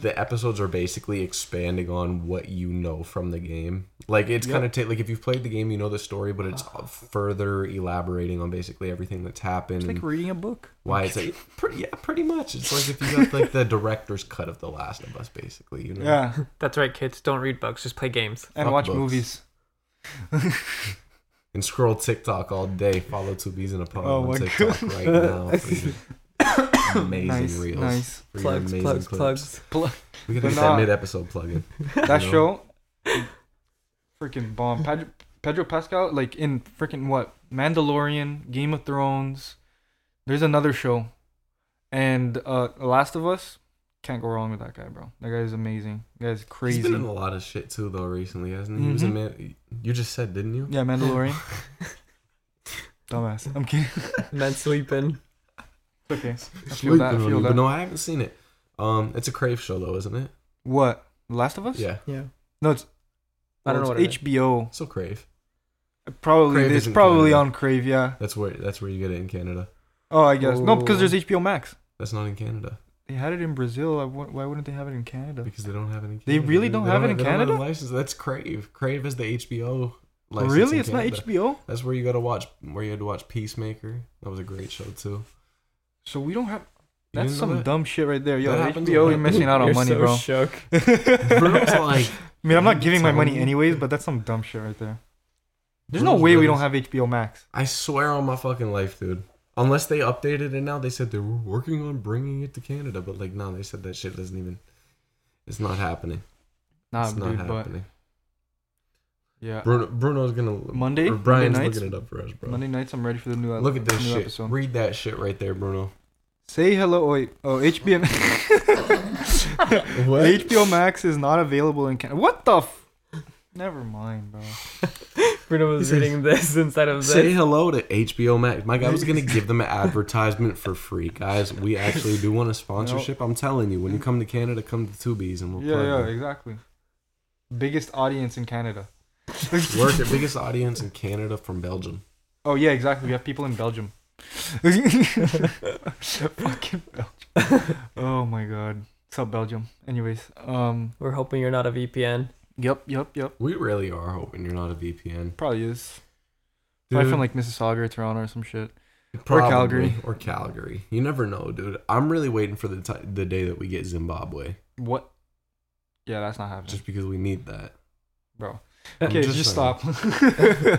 A: the episodes are basically expanding on what you know from the game. Like it's
B: Yep. Uh.
A: kind of ta- like if you've played the game, you know the story, but it's further elaborating on basically everything that's happened.
B: It's
A: and
B: like reading a book.
A: why it's like pretty yeah, pretty much. It's like if you got like the director's cut of The Last of Us, basically. You know.
B: Yeah,
C: That's right, kids. Don't read books. Just play games.
B: and
A: Fuck
B: watch
A: books.
B: movies.
A: and scroll TikTok all day. Follow two bees in a pod
B: Oh
A: on
B: my
A: TikTok
B: God.
A: right now. For your amazing
B: nice,
A: reels.
B: nice.
A: For your amazing clips. We gotta
B: But
A: get
B: nah.
A: that mid episode plug in.
B: That
A: You know?
B: show, freaking bomb. Pedro, Pedro Pascal, like in freaking what Mandalorian, Game of Thrones. There's another show, and uh, Last of Us. Can't go wrong with that guy, bro. That guy is amazing. That guy is crazy. Mm-hmm.
A: He's been in a lot of shit too, though, recently, hasn't he? He was in man. You just said, didn't you?
B: Yeah, Mandalorian. Dumbass. I'm kidding.
C: Not sleeping.
B: It's okay. I feel
A: Sleeping
B: that. I
A: on
B: feel
A: you,
B: that.
A: But no, I haven't seen it. Um, it's a crave show though, isn't it?
B: What? Last of Us?
A: Yeah,
C: Yeah.
B: No, it's.
C: I don't
B: well,
C: know
B: it's
C: what it
B: HBO.
A: so crave.
B: Probably
A: Crave
B: it's
A: isn't
B: probably
A: Canada.
B: on Crave. Yeah.
A: That's where that's where you get it in Canada.
B: Oh, I guess no, because
C: Ooh.
B: there's HBO Max.
A: That's not in Canada
B: They had it in Brazil. I wo- Why wouldn't they have it in Canada?
A: because they don't have any.
B: They really don't have it in Canada?
A: license. That's crave. Crave is the HBO. License
B: really?
A: in
B: It's
A: Canada.
B: not HBO.
A: That's where you got to watch. Where you had to watch Peacemaker. That was a great show too.
B: So we don't have.
A: You
B: That's
A: didn't know
B: some
A: that?
B: dumb shit right there. Yo,
A: That happens
B: HBO,
A: a lot.
B: you're missing out on
C: You're
B: money,
C: so
B: bro.
C: shook.
A: Bro's like,
B: I mean, I'm
A: "You
B: not giving my
A: tell
B: money
A: me."
B: anyways, but that's some dumb shit right there. There's no
A: Bruno's
B: way we
A: good
B: don't
A: as-
B: have HBO Max.
A: I swear on my fucking life, dude. Unless they updated it now, they said they were working on bringing it to Canada, but like, no, they said that shit doesn't even. It's not happening.
B: Nah,
A: it's not
B: dude, but
A: happening.
B: yeah.
A: Bruno, Bruno's gonna
B: Monday?
A: Or Brian's
B: Monday nights?
A: looking it up for us, bro.
B: Monday nights, I'm ready for the new.
A: Look at this
B: new
A: shit.
B: episode.
A: Read that shit right there, Bruno.
B: Say hello. Oh, wait. oh HBO.
A: What?
B: HBO Max is not available in Canada. What the? F- Never mind, bro.
C: Bruno was
A: He says,
C: reading this instead of
A: Say
C: this.
A: hello to HBO Max. My guy was gonna give them an advertisement for free, guys. We actually do want a sponsorship. I'm telling you, when you come to Canada, come to Two B's and we'll
B: Yeah,
A: plug
B: yeah,
A: you.
B: exactly. Biggest audience in Canada.
A: We're the biggest audience in Canada from Belgium.
B: Oh yeah, exactly. We have people in Belgium. Fucking Belgium. Oh my god. What's up, Belgium? Anyways, um,
C: We're hoping you're not a VPN.
B: yep, yep, yep.
A: We really are hoping you're not a VPN.
B: Probably is. Probably
A: Dude,
B: from like Mississauga or Toronto or some shit.
A: probably.
B: Calgary.
A: Or Calgary. You never know, dude. I'm really waiting for the ti the day that we get Zimbabwe,
B: What? Yeah, that's not happening,
A: just because we need that.
B: bro.
A: I'm
B: Okay, just,
A: just
B: stop.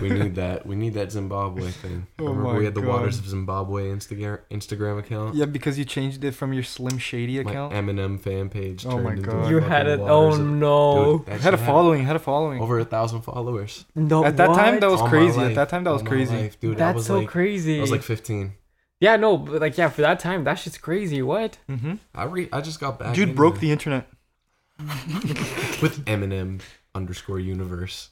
A: We need that. We need that Zimbabwe thing.
B: Oh
A: Remember
B: my
A: we had the Waters
B: God.
A: of Zimbabwe Instagram Instagram account.
B: Yeah, because you changed it from your Slim Shady account.
A: My Eminem fan page.
B: Oh
A: turned
B: my
A: into
B: God.
A: the
C: You
A: fucking
C: had it. Oh
A: Waters of-
C: no.
A: Dude, that
B: It
A: shit
B: had a
A: happened.
B: following. Had a following.
A: Over a thousand followers.
C: No.
B: At that time,
C: what?
B: that was
A: All my
B: crazy. At
A: life.
B: that time, that was
A: All my
B: crazy.
A: life, dude. I
C: That's
A: was
C: so
A: like,
C: crazy.
A: I was like 15.
C: yeah, no, but like, yeah, for that time, that shit's crazy. What?
B: Mm-hmm.
A: I re- I just got back.
B: Dude
A: into
B: broke
A: it.
B: the internet.
A: with Eminem underscore universe.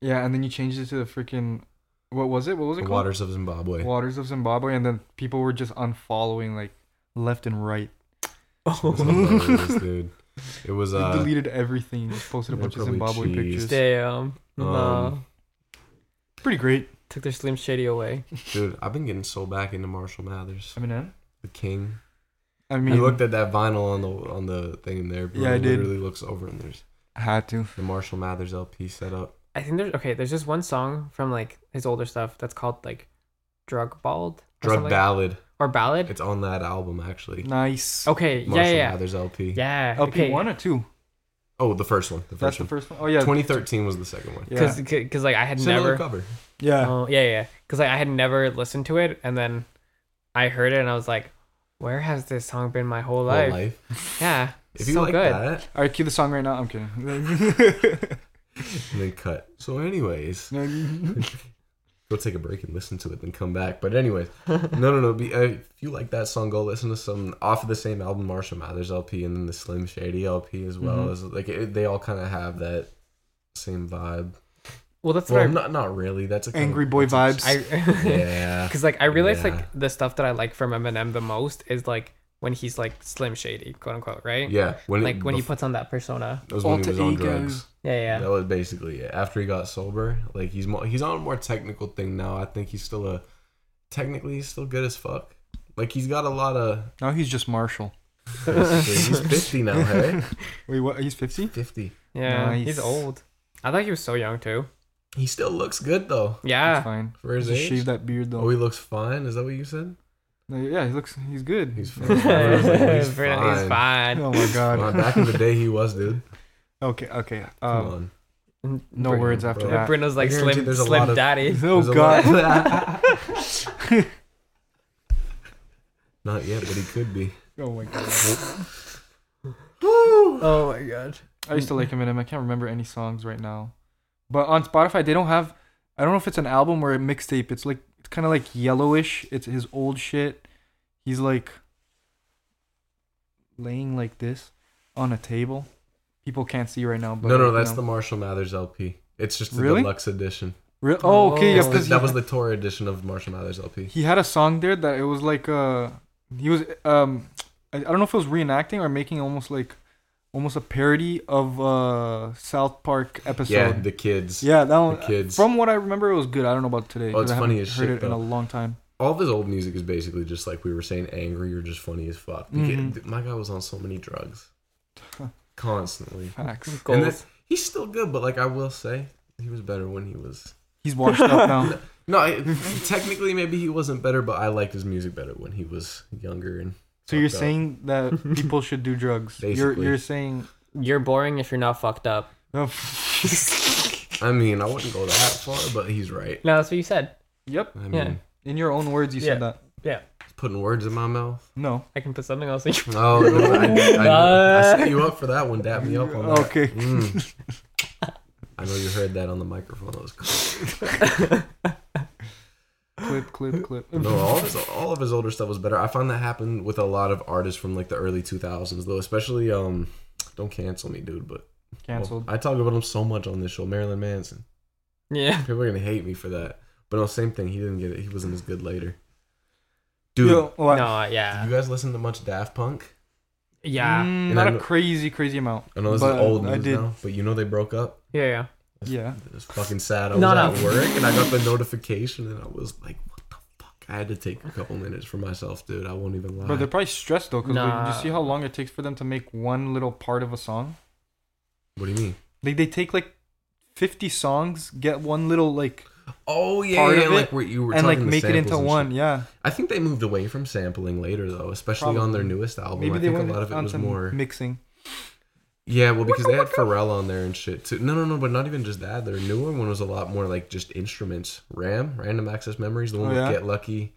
B: Yeah, and then you changed it to the freaking, what was it? What was it
A: The
B: called?
A: Waters of Zimbabwe.
B: Waters of Zimbabwe, and then people were just unfollowing like left and right.
A: It was
C: Oh,
A: hilarious, dude. It was
B: You
A: uh,
B: deleted everything. You just posted a
A: yeah,
B: bunch of
A: probably
B: Zimbabwe
A: cheese.
B: pictures.
C: damn. no.
A: Um,
B: Pretty great.
C: Took their Slim Shady away.
A: dude. I've been getting so back into Marshall Mathers,
B: Eminem.
A: the king.
B: I
A: I
B: mean,
A: looked at that vinyl on the on the thing there. bro.
B: Yeah, I
A: It
B: did.
A: Literally looks over and there's
B: had to.
A: the Marshall Mathers LP set up.
C: I think there's okay. There's just one song from like his older stuff that's called like Drug Balled or
A: Drug
C: something.
A: ballad.
C: or Ballad.
A: It's on that album actually.
B: Nice.
C: Okay, yeah,
A: Marshall
C: yeah,
A: Mathers LP.
C: yeah.
B: LP
C: okay.
B: one or two?
A: Oh, the first one. The first
B: That's the
A: one.
B: first one. Oh yeah.
A: 2013 was the second one.
B: Yeah.
C: because because like I had
A: Similar
C: never
A: cover.
B: Yeah.
C: Oh, yeah, yeah. Because like, I had never listened to it, and then I heard it, and I was like, "Where has this song been my whole
A: Whole
C: life?"
A: life.
C: Yeah,
A: If you
C: so
A: like
C: good.
A: that,
B: All right, cue the song right now. I'm kidding.
A: then cut. So, anyways, go take a break and listen to it, then come back. But anyways, no, no, no. Be, uh, if you like that song, go listen to some off of the same album, Marshall Mathers LP, and then the Slim Shady LP as well.
C: Mm-hmm.
B: Mhm.
A: As like it, they all kind of have that same vibe.
C: Well, that's
A: well,
C: what
A: not not really. That's a kind
B: Angry
A: of-
B: boy
A: that's
B: vibes.
C: I.
A: a- yeah.
C: Because like I realized
A: Yeah.
C: like the stuff that I like from Eminem the most is like when he's like Slim Shady, quote unquote, right?
A: Yeah, when
C: Like when he
A: bef-
C: puts on that persona.
A: that was when he
B: Alter
A: was on
B: ego.
A: drugs.
C: Yeah, yeah.
A: That was basically it. After he got sober, like he's mo- he's on a more technical thing now. I think he's still a technically he's still good as fuck. Like he's got a lot of.
B: Now he's just Marshall.
A: he's fifty now, hey?
B: Wait, what? He's fifty?
A: Fifty.
C: Yeah, he's
B: Nice.
C: old. I thought he was so young too.
A: He still looks good though
B: That's
C: Yeah,
B: fine.
A: for his
B: Just
A: age.
B: shave that beard though.
A: Oh, he looks fine. Is that what you said?
B: No, yeah, he looks. He's good.
A: He's fine.
C: He's
A: He's
C: fine.
A: fine.
B: oh my
A: Wow,
B: god.
A: back in the day, he was dude.
B: Okay. Okay.
A: Come
B: Um,
A: on.
B: no
C: Br-
B: words after
A: bro.
B: that.
C: Bruno's like
A: I guarantee
C: slim,
A: there's a
C: slim
A: lot of-
C: daddy.
B: Oh
A: There's a
B: god.
A: lot- Not yet, but he could be.
B: Oh my god.
C: Oh my god.
B: I used to like Eminem. I can't remember any songs right now, but on Spotify they don't have. I don't know if it's an album or a mixtape. It's like it's kind of like yellowish. It's his old shit. He's like laying like this on a table. People can't see right now. But
A: No, no, that's the Marshall Mathers LP. It's just the
B: Really?
A: deluxe edition.
B: the. Re- oh, okay.
C: Oh.
B: Yeah,
A: It's the-
B: because
A: that was the tour edition of Marshall Mathers LP.
B: he had a song there that it was like uh he was um I, I don't know if it was reenacting or making almost like almost a parody of uh South Park episode.
A: Yeah,
B: Yeah,
A: the kids.
B: that one.
A: the kids.
B: From what I remember, it was good. I don't know about today.
A: Oh, it's
B: 'cause I
A: funny
B: haven't
A: as
B: heard
A: shit,
B: it in a
A: though.
B: long time.
A: All of his old music is basically just like we were saying, angry or just funny as fuck. Because-
B: Mhm.
A: My guy was on so many drugs, constantly.
B: Facts.
A: And
C: Goals.
A: that- he's still good, but like I will say, he was better when he was.
B: He's washed up now.
A: No, I, technically maybe he wasn't better, but I liked his music better when he was younger and.
B: So you're
A: fucked up.
B: saying that people should do drugs? You're
A: Basically.
B: you're saying.
C: You're boring if you're not fucked up.
B: Oh,
A: I mean, I wouldn't go that far, but he's right.
C: No, that's what you said.
B: yep.
A: I mean,
C: Yeah.
B: In your own words, you
C: Yeah.
B: said that.
A: he's putting words in my mouth.
B: No.
C: I can put something else in your
A: Oh, no, I, I, I set you up for that one. Dap me up on that.
B: Okay.
A: Mm. I know you heard that on the microphone. That was cool.
B: Clip, clip, clip.
A: No, all of, his, all of his older stuff was better. I find that happened with a lot of artists from like the early 2000s, though. Especially, um, don't cancel me, dude. But well,
B: Cancelled.
A: I talk about him so much on this show, Marilyn Manson.
C: Yeah.
A: People are gonna hate me for that. But no, same thing. He didn't get it. He wasn't as good later. Dude,
B: Yo, what?
C: No,
A: do
C: yeah.
A: you guys listen to much Daft Punk?
C: Yeah.
B: Mm,
A: And
B: not
A: I
B: a
A: know-
B: crazy, crazy amount.
A: I know this
B: But
A: is old
B: I
A: news
B: did-
A: now, but you know they broke up.
C: Yeah, yeah.
B: Yeah.
A: It's fucking sad. I was
C: No, no.
A: at work and I got the notification and I was like, what the fuck? I had to take a couple minutes for myself, dude. I won't even lie.
B: But they're probably stressed though, because like,
C: Nah.
B: you see how long it takes for them to make one little part of a song.
A: what do you mean?
B: Like they take like fifty songs, get one little like,
A: Oh yeah,
B: Part
A: yeah,
B: of
A: like where you were
B: and like
A: talking the
B: make it
A: samples
B: into
A: and
B: one.
A: shit.
B: Yeah,
A: I think they moved away from sampling later though, especially on their
B: Probably.
A: newest album.
B: maybe
A: I
B: they
A: think a
B: went
A: lot of it
B: on
A: was
B: some
A: more.
B: mixing.
A: yeah, well, because they had Pharrell on there and shit too. No, no, no, but not even just that. Their newer one was a lot more like just instruments. RAM, Random Access Memories, the one
B: Oh,
A: with
B: yeah?
A: Get Lucky.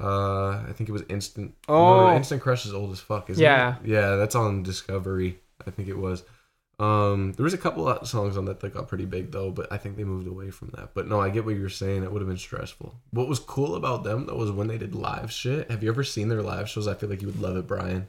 A: Uh, I think it was Instant No,
B: Oh,
A: no, Instant Crush is old as fuck, isn't
C: Yeah.
A: it? Yeah, that's on Discovery. I think it was. Um, there was a couple of songs on that that got pretty big though, but I think they moved away from that. But no, I get what you're saying. It would have been stressful. What was cool about them though was when they did live shit. Have you ever seen their live shows? I feel like you would love it, Brian.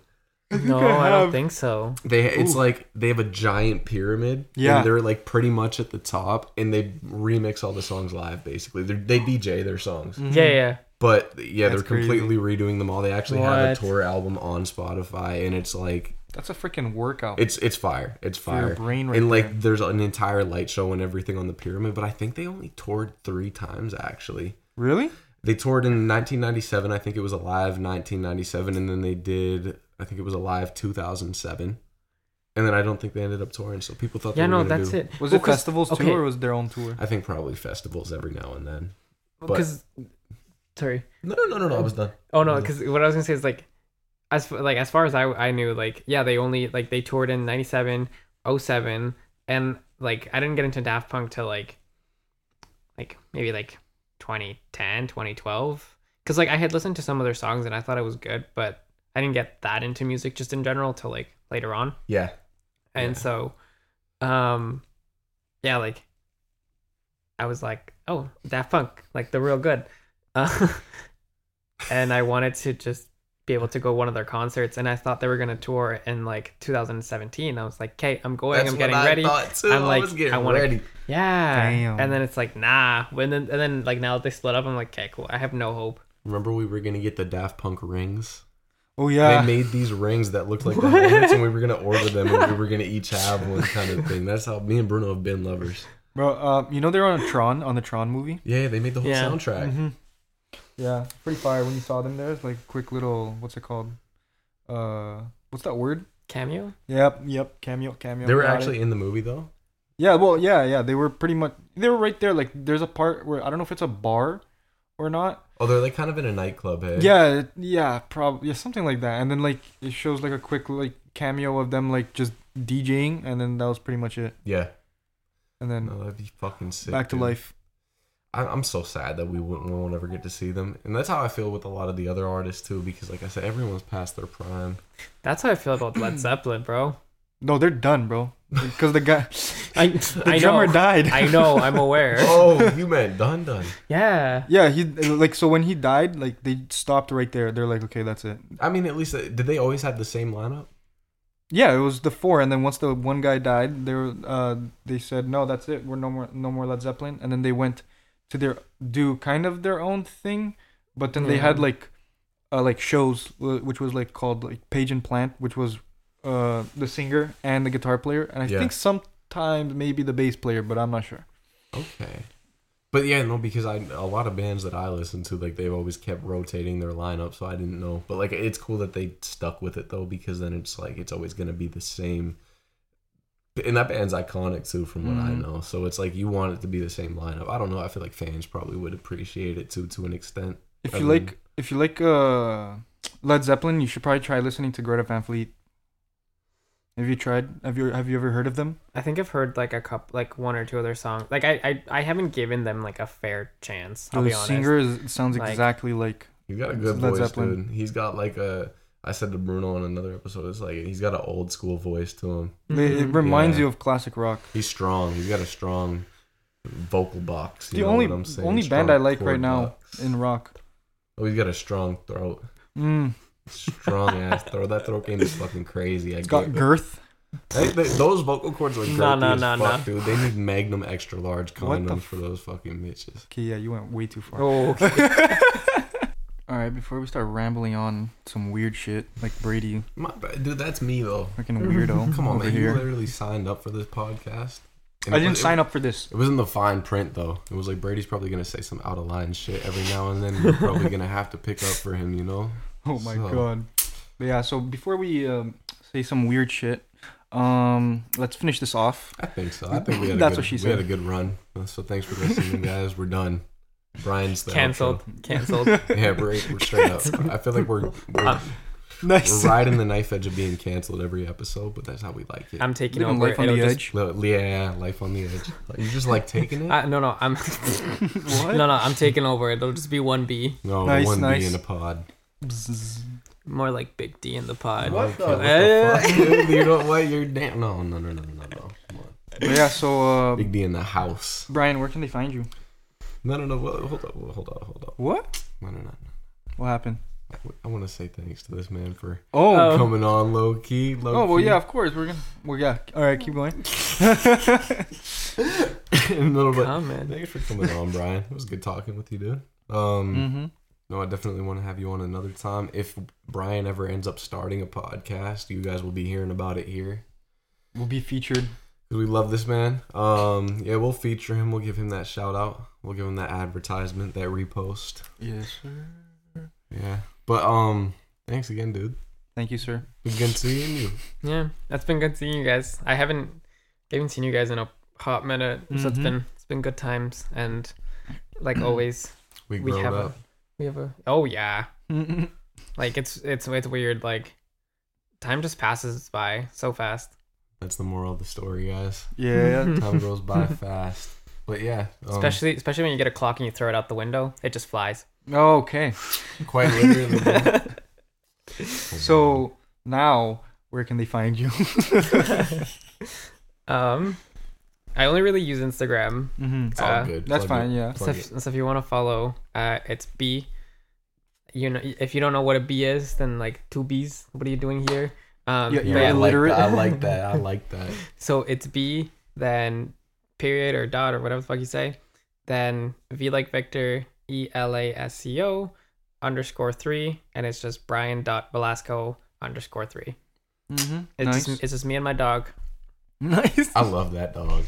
C: No, I don't think so.
A: They it's
B: Ooh.
A: like they have a giant pyramid.
B: Yeah.
A: and they're like pretty much at the top, and they remix all the songs live. Basically, they're, they DJ their songs.
B: Mhm.
C: Yeah, yeah.
A: But yeah,
B: That's
A: they're completely redoing them all. They actually have a
C: What?
A: tour album on Spotify, and it's like
B: that's a freaking workout.
A: It's it's fire. It's
B: for your
A: fire.
B: brain right
A: And like
B: there.
A: there's an entire light show and everything on the pyramid, but I think they only toured three times actually.
B: really
A: They toured in 1997, I think it was Alive 1997, and then they did I think it was Alive 2007, and then I don't think they ended up touring. So people thought
C: Yeah,
A: they were
C: no,
A: gonna
C: that's
A: do,
C: it.
B: was
C: Well,
B: it
C: 'cause-
B: festivals
C: okay.
B: too, or was it their own tour?
A: I think probably festivals every now and then. but-
C: Because, sorry.
A: No, no, no, no, no I was done.
C: Oh no,
A: Mhm.
C: because what I was gonna say is like, as f- like as far as I I knew, like yeah, they only like they toured in 97, 07, and like I didn't get into Daft Punk till like, like maybe like 2010, 2012. Because like I had listened to some of their songs and I thought it was good, but I didn't get that into music just in general till like later on.
A: Yeah,
C: And
A: Yeah.
C: so, um, yeah, like I was like, oh, Daft Punk, like the real good. Uh, and I wanted to just be able to go one of their concerts, and I thought they were gonna tour in like 2017. I was like, okay, I'm going, I'm getting ready.
A: thought too.
C: I'm like,
A: was getting
C: I wanna-
A: ready.
C: Yeah.
B: Damn.
C: And then it's like, nah. When then and then like now that they split up, I'm like, okay, cool. I have no hope.
A: Remember we were gonna get the Daft Punk rings.
B: Oh yeah.
A: They made these rings that looked like the helmets, and we were gonna order them, and we were gonna each have one kind of thing. That's how me and Bruno have been lovers.
B: Bro, uh, you know they're on Tron on the Tron movie.
A: Yeah, they made the whole
C: Yeah.
A: soundtrack.
B: Mm-hmm. Yeah, pretty fire when you saw them there. It's like quick little what's it called? Uh, what's that word?
C: Cameo?
B: Yep, yep, cameo, cameo.
A: They were
B: got it.
A: actually in the movie though.
B: Yeah, well, yeah, yeah. They were pretty much. They were right there. Like, there's a part where I don't know if it's a bar or not.
A: Oh, they're like kind of in a nightclub. Hey.
B: Yeah, yeah, probably, yeah, something like that. And then like it shows like a quick like cameo of them like just DJing, and then that was pretty much it.
A: Yeah.
B: And then
C: Oh,
A: No, that'd be fucking sick.
B: back to
A: dude.
B: life.
A: I, I'm so sad that we won't, we won't ever get to see them, and that's how I feel with a lot of the other artists too. Because like I said, everyone's past their prime.
C: That's how I feel about Led Zeppelin, bro.
B: No, they're done, bro. Because the guy,
C: I,
B: the
C: I
B: drummer
C: know.
B: died.
C: I know. I'm aware.
A: Oh, you meant Dun Dun.
C: Yeah.
B: Yeah, he like so when he died, like they stopped right there. They're like, okay, that's it.
A: I mean, at least uh, did they always have the same lineup?
B: Yeah, it was the four, and then once the one guy died, they were, uh they said no, that's it. We're no more no more Led Zeppelin, and then they went to their do kind of their own thing, but then they had
C: Yeah.
B: like uh like shows uh, which was like called like Page and Plant, which was uh the singer and the guitar player, and I
A: Yeah.
B: think sometimes maybe the bass player, but I'm not sure.
A: Okay. But yeah, no, because I a lot of bands that I listen to, like they've always kept rotating their lineup, so I didn't know. But like, it's cool that they stuck with it though, because then it's like it's always gonna be the same. And that band's iconic too, from what I
B: Mhm.
A: know. So it's like you want it to be the same lineup. I don't know. I feel like fans probably would appreciate it too, to an extent.
B: If
A: I
B: you
A: mean-
B: like if you like uh Led Zeppelin, you should probably try listening to Greta Van Fleet. Have you tried? Have you have you ever heard of them?
C: I think I've heard like a couple, like one or two other songs. Like I, I, I haven't given them like a fair chance. I'll
B: the
C: be honest.
B: singer is, sounds
C: Like-
B: exactly like
A: He's got a
B: It's
A: good
B: Led
A: voice,
B: Zeppelin.
A: dude. He's got like a. I said to Bruno on another episode, it's like he's got an old school voice to him.
B: it- it,
C: Mhm.
B: reminds
A: Yeah.
B: you of classic rock.
A: He's strong. He's got a strong vocal box. you
B: the
A: know
B: only
A: what I'm saying?
B: only
A: Strong
B: band I like
A: chord
B: right now
A: box.
B: in rock.
A: Oh, he's got a strong throat.
B: Mm,
A: Strong ass throat. That throat game is fucking crazy. I
B: it's
A: get
B: got
A: it.
B: girth.
A: They- they- those vocal cords are girthy
C: No, no,
A: as
C: no,
A: fuck, dude. They need Magnum extra large
B: What the
A: condoms
B: f-
A: for those fucking bitches.
B: Okay, yeah, you went way too far.
C: Oh, okay.
B: All right, before we start rambling on some weird shit like Brady,
A: My, bad. dude, that's me though.
B: freaking
C: Mm-hmm.
B: weirdo
A: Come on,
B: over
A: man. You
B: here.
A: literally signed up for this podcast.
B: I didn't sign up for this.
A: It was in the fine print though. It was like Brady's probably gonna say some out of line shit every now and then. We're probably gonna have to pick up for him, you know.
B: Oh my
A: So-
B: god. But yeah, so before we um, say some weird shit, um, let's finish this off.
A: I think so. I think we had a
B: That's
A: good,
B: what she
A: We had
B: said.
A: a good run. Uh, So thanks for listening, guys. We're done. Brian's the outro.
C: canceled. Canceled.
A: Yeah, we're, we're straight up. I feel like we're we're,
C: Um,
A: we're
B: Nice.
A: riding the knife edge of being canceled every episode, but that's how we like it.
C: I'm taking
B: Living
C: over.
B: life on
C: It'll
B: the edge.
C: just-
A: Li- yeah, life on the edge. You just like taking it.
C: I, Uh, no, no. I'm.
B: what?
C: No, no. I'm taking over. It'll just be one B.
A: no,
B: Nice,
A: the one
B: nice.
A: B in a pod.
B: Bzzz.
C: More like Big D in the pod.
B: What
A: Okay,
B: the-
A: fuck, dude? You know what? You're damn. No, no, no, no, no, no. Come on.
B: But yeah, so uh,
A: Big D in the house.
B: Brian, where can they find you?
A: No, no, no. Well, hold up, well, hold up, hold up.
B: What?
A: No, no, no. no.
B: What happened?
A: I, want to say thanks to this man for
B: Oh.
C: Oh.
A: coming on low key. Low
B: Oh well,
A: key.
B: yeah, of course we're gonna. Well, yeah. All right, keep going.
A: in a little bit.
C: Comment.
A: Thanks for coming on, Brian. It was good talking with you, dude. Um,
B: Mm-hmm.
A: no, I definitely want to have you on another time. If Brian ever ends up starting a podcast, you guys will be hearing about it here
B: We'll be featured.
A: because we love this man. Um, yeah, we'll feature him. We'll give him that shout out. We'll give him that advertisement, that repost.
B: Yes, sir.
A: Yeah, but um, thanks again, dude.
B: Thank you, sir.
A: It was good seeing you.
C: Yeah, that's been good seeing you guys. I haven't, haven't seen you guys in a hot minute, so it's
B: Mhm.
C: been it's been good times. And like always,
A: We
C: We
A: grown
C: have
A: up.
C: we have a oh yeah,
B: Mm-mm.
C: like it's it's it's weird. Like time just passes by so fast.
A: That's the moral of the story, guys.
B: Yeah.
A: Time goes by fast. But yeah, um,
C: Especially especially when you get a clock and you throw it out the window, it just flies.
B: okay.
A: quite literally. dude.
B: So now, where can they find you?
C: um, I only really use Instagram.
B: mm-hmm.
A: it's all
C: uh,
A: good.
B: That's
A: Plug it.
B: fine. Yeah.
C: So
A: Plug
C: if, so if you want to follow, uh, it's B. You know, if you don't know what a B is, then like two B's. What are you doing here? Um,
B: Yeah,
A: Yeah,
B: You're
A: I
C: but-
A: like
B: illiterate.
A: that. I like that. I like that.
C: So it's B, then period or dot or whatever the fuck you say, then V like Victor, E L A S C O, underscore three, and it's just Brian dot Velasco underscore three.
B: Mm-hmm.
C: It's
B: nice.
C: just, it's just me and my dog.
B: nice.
A: I love that dog.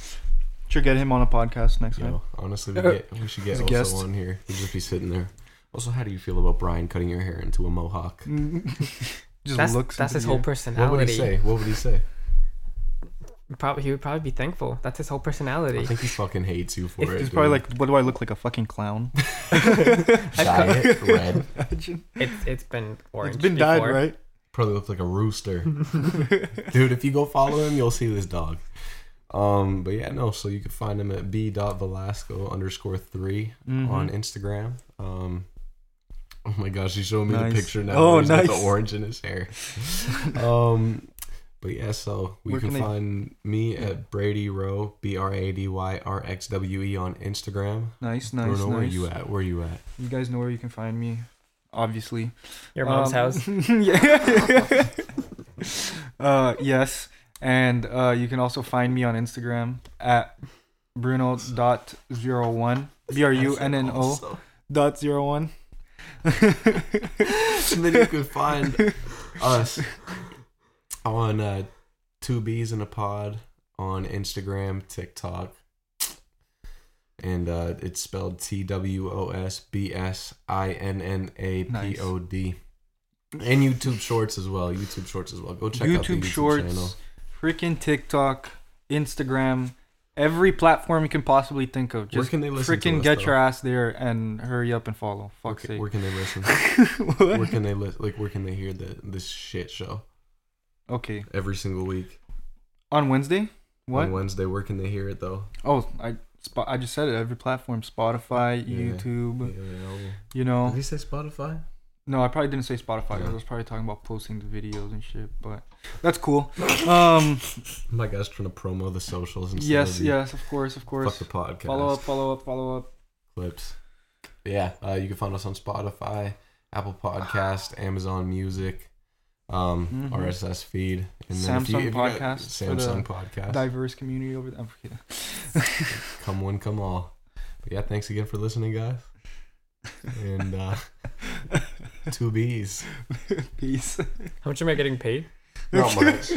B: Should get him on a podcast next time.
A: Yo, honestly, we, get, we should get
B: As a
A: also
B: guest.
A: on here. He'd just be sitting there. Also, how do you feel about Brian cutting your hair into a mohawk?
B: Just
C: That's
B: looks.
C: that's
B: into
C: his
B: the
C: whole
B: air.
A: What
C: personality.
A: would he say? What would he say?
C: Probably he would probably be thankful. That's his whole
A: I
C: personality.
A: think he fucking hates you for it.
B: He's
A: dude.
B: probably like, "What do I look like? A fucking clown?"
A: giant red.
B: Imagine.
C: It's it's been orange.
B: It's been dyed,
C: before.
B: right?
A: Probably looks like a rooster. Dude, if you go follow him, you'll see this dog. Um, but yeah, no. So you can find him at b.velasco underscore 3
B: Mm-hmm.
A: on Instagram. Um, oh my gosh, he showed me
B: Nice.
A: the picture now.
B: Oh,
A: where he's got
B: nice.
A: the orange in his hair. um, but yeah, so we
B: Where
A: can,
B: can they-
A: find me at Brady Rowe, B R A D Y R X W E on Instagram.
B: Nice,
A: I
B: nice,
A: Bruno,
B: nice.
A: where you at? Where you at?
B: You guys know where you can find me, obviously.
C: Your mom's
B: Um,
C: house.
B: yeah. uh, yes. And uh, you can also find me on Instagram at bruno.01. B R U N N O
A: Also.
B: dot zero one.
A: and then you can find us on uh, two bees in a pod on Instagram, TikTok, and uh, it's spelled T W O S B S I N N A P O D, and YouTube Shorts as well. YouTube Shorts as well. Go check out the
B: YouTube
A: YouTube channel.
B: Shorts, freaking TikTok, Instagram, every platform you can possibly think of.
A: Where
B: Just
A: can they listen? to
B: freaking
A: us,
B: get
A: though?
B: your ass there and hurry up and follow. Fuck's
A: Where,
B: sake.
A: where can they listen? where can they listen? Like where can they hear the this shit show
B: okay.
A: every single week
B: On Wednesday? What?
A: on Wednesday? Where can they hear it though?
B: Oh, I Spo- I just said it. Every platform: Spotify,
A: Yeah.
B: YouTube.
A: Yeah.
B: You
A: Did
B: know.
A: he say Spotify?
B: No, I probably didn't say Spotify.
A: Yeah.
B: I was probably talking about posting the videos and shit. But that's cool. Um.
A: My guy's trying to promo the socials and
B: yes. Yes. Of course. Of
A: Fuck
B: course.
A: the podcast.
B: Follow up. Follow up. Follow up.
A: clips. Yeah, uh, you can find us on Spotify, Apple Podcast, Amazon Music, um,
B: Mhm.
A: RSS feed,
B: Samsung
A: got-
B: Podcast for the
A: Samsung Podcast.
B: Diverse community over there. I'm kidding.
A: Come one, come all. But yeah, thanks again for listening, guys. And uh, two B's.
B: Peace.
C: How much am I getting paid?
A: Not much.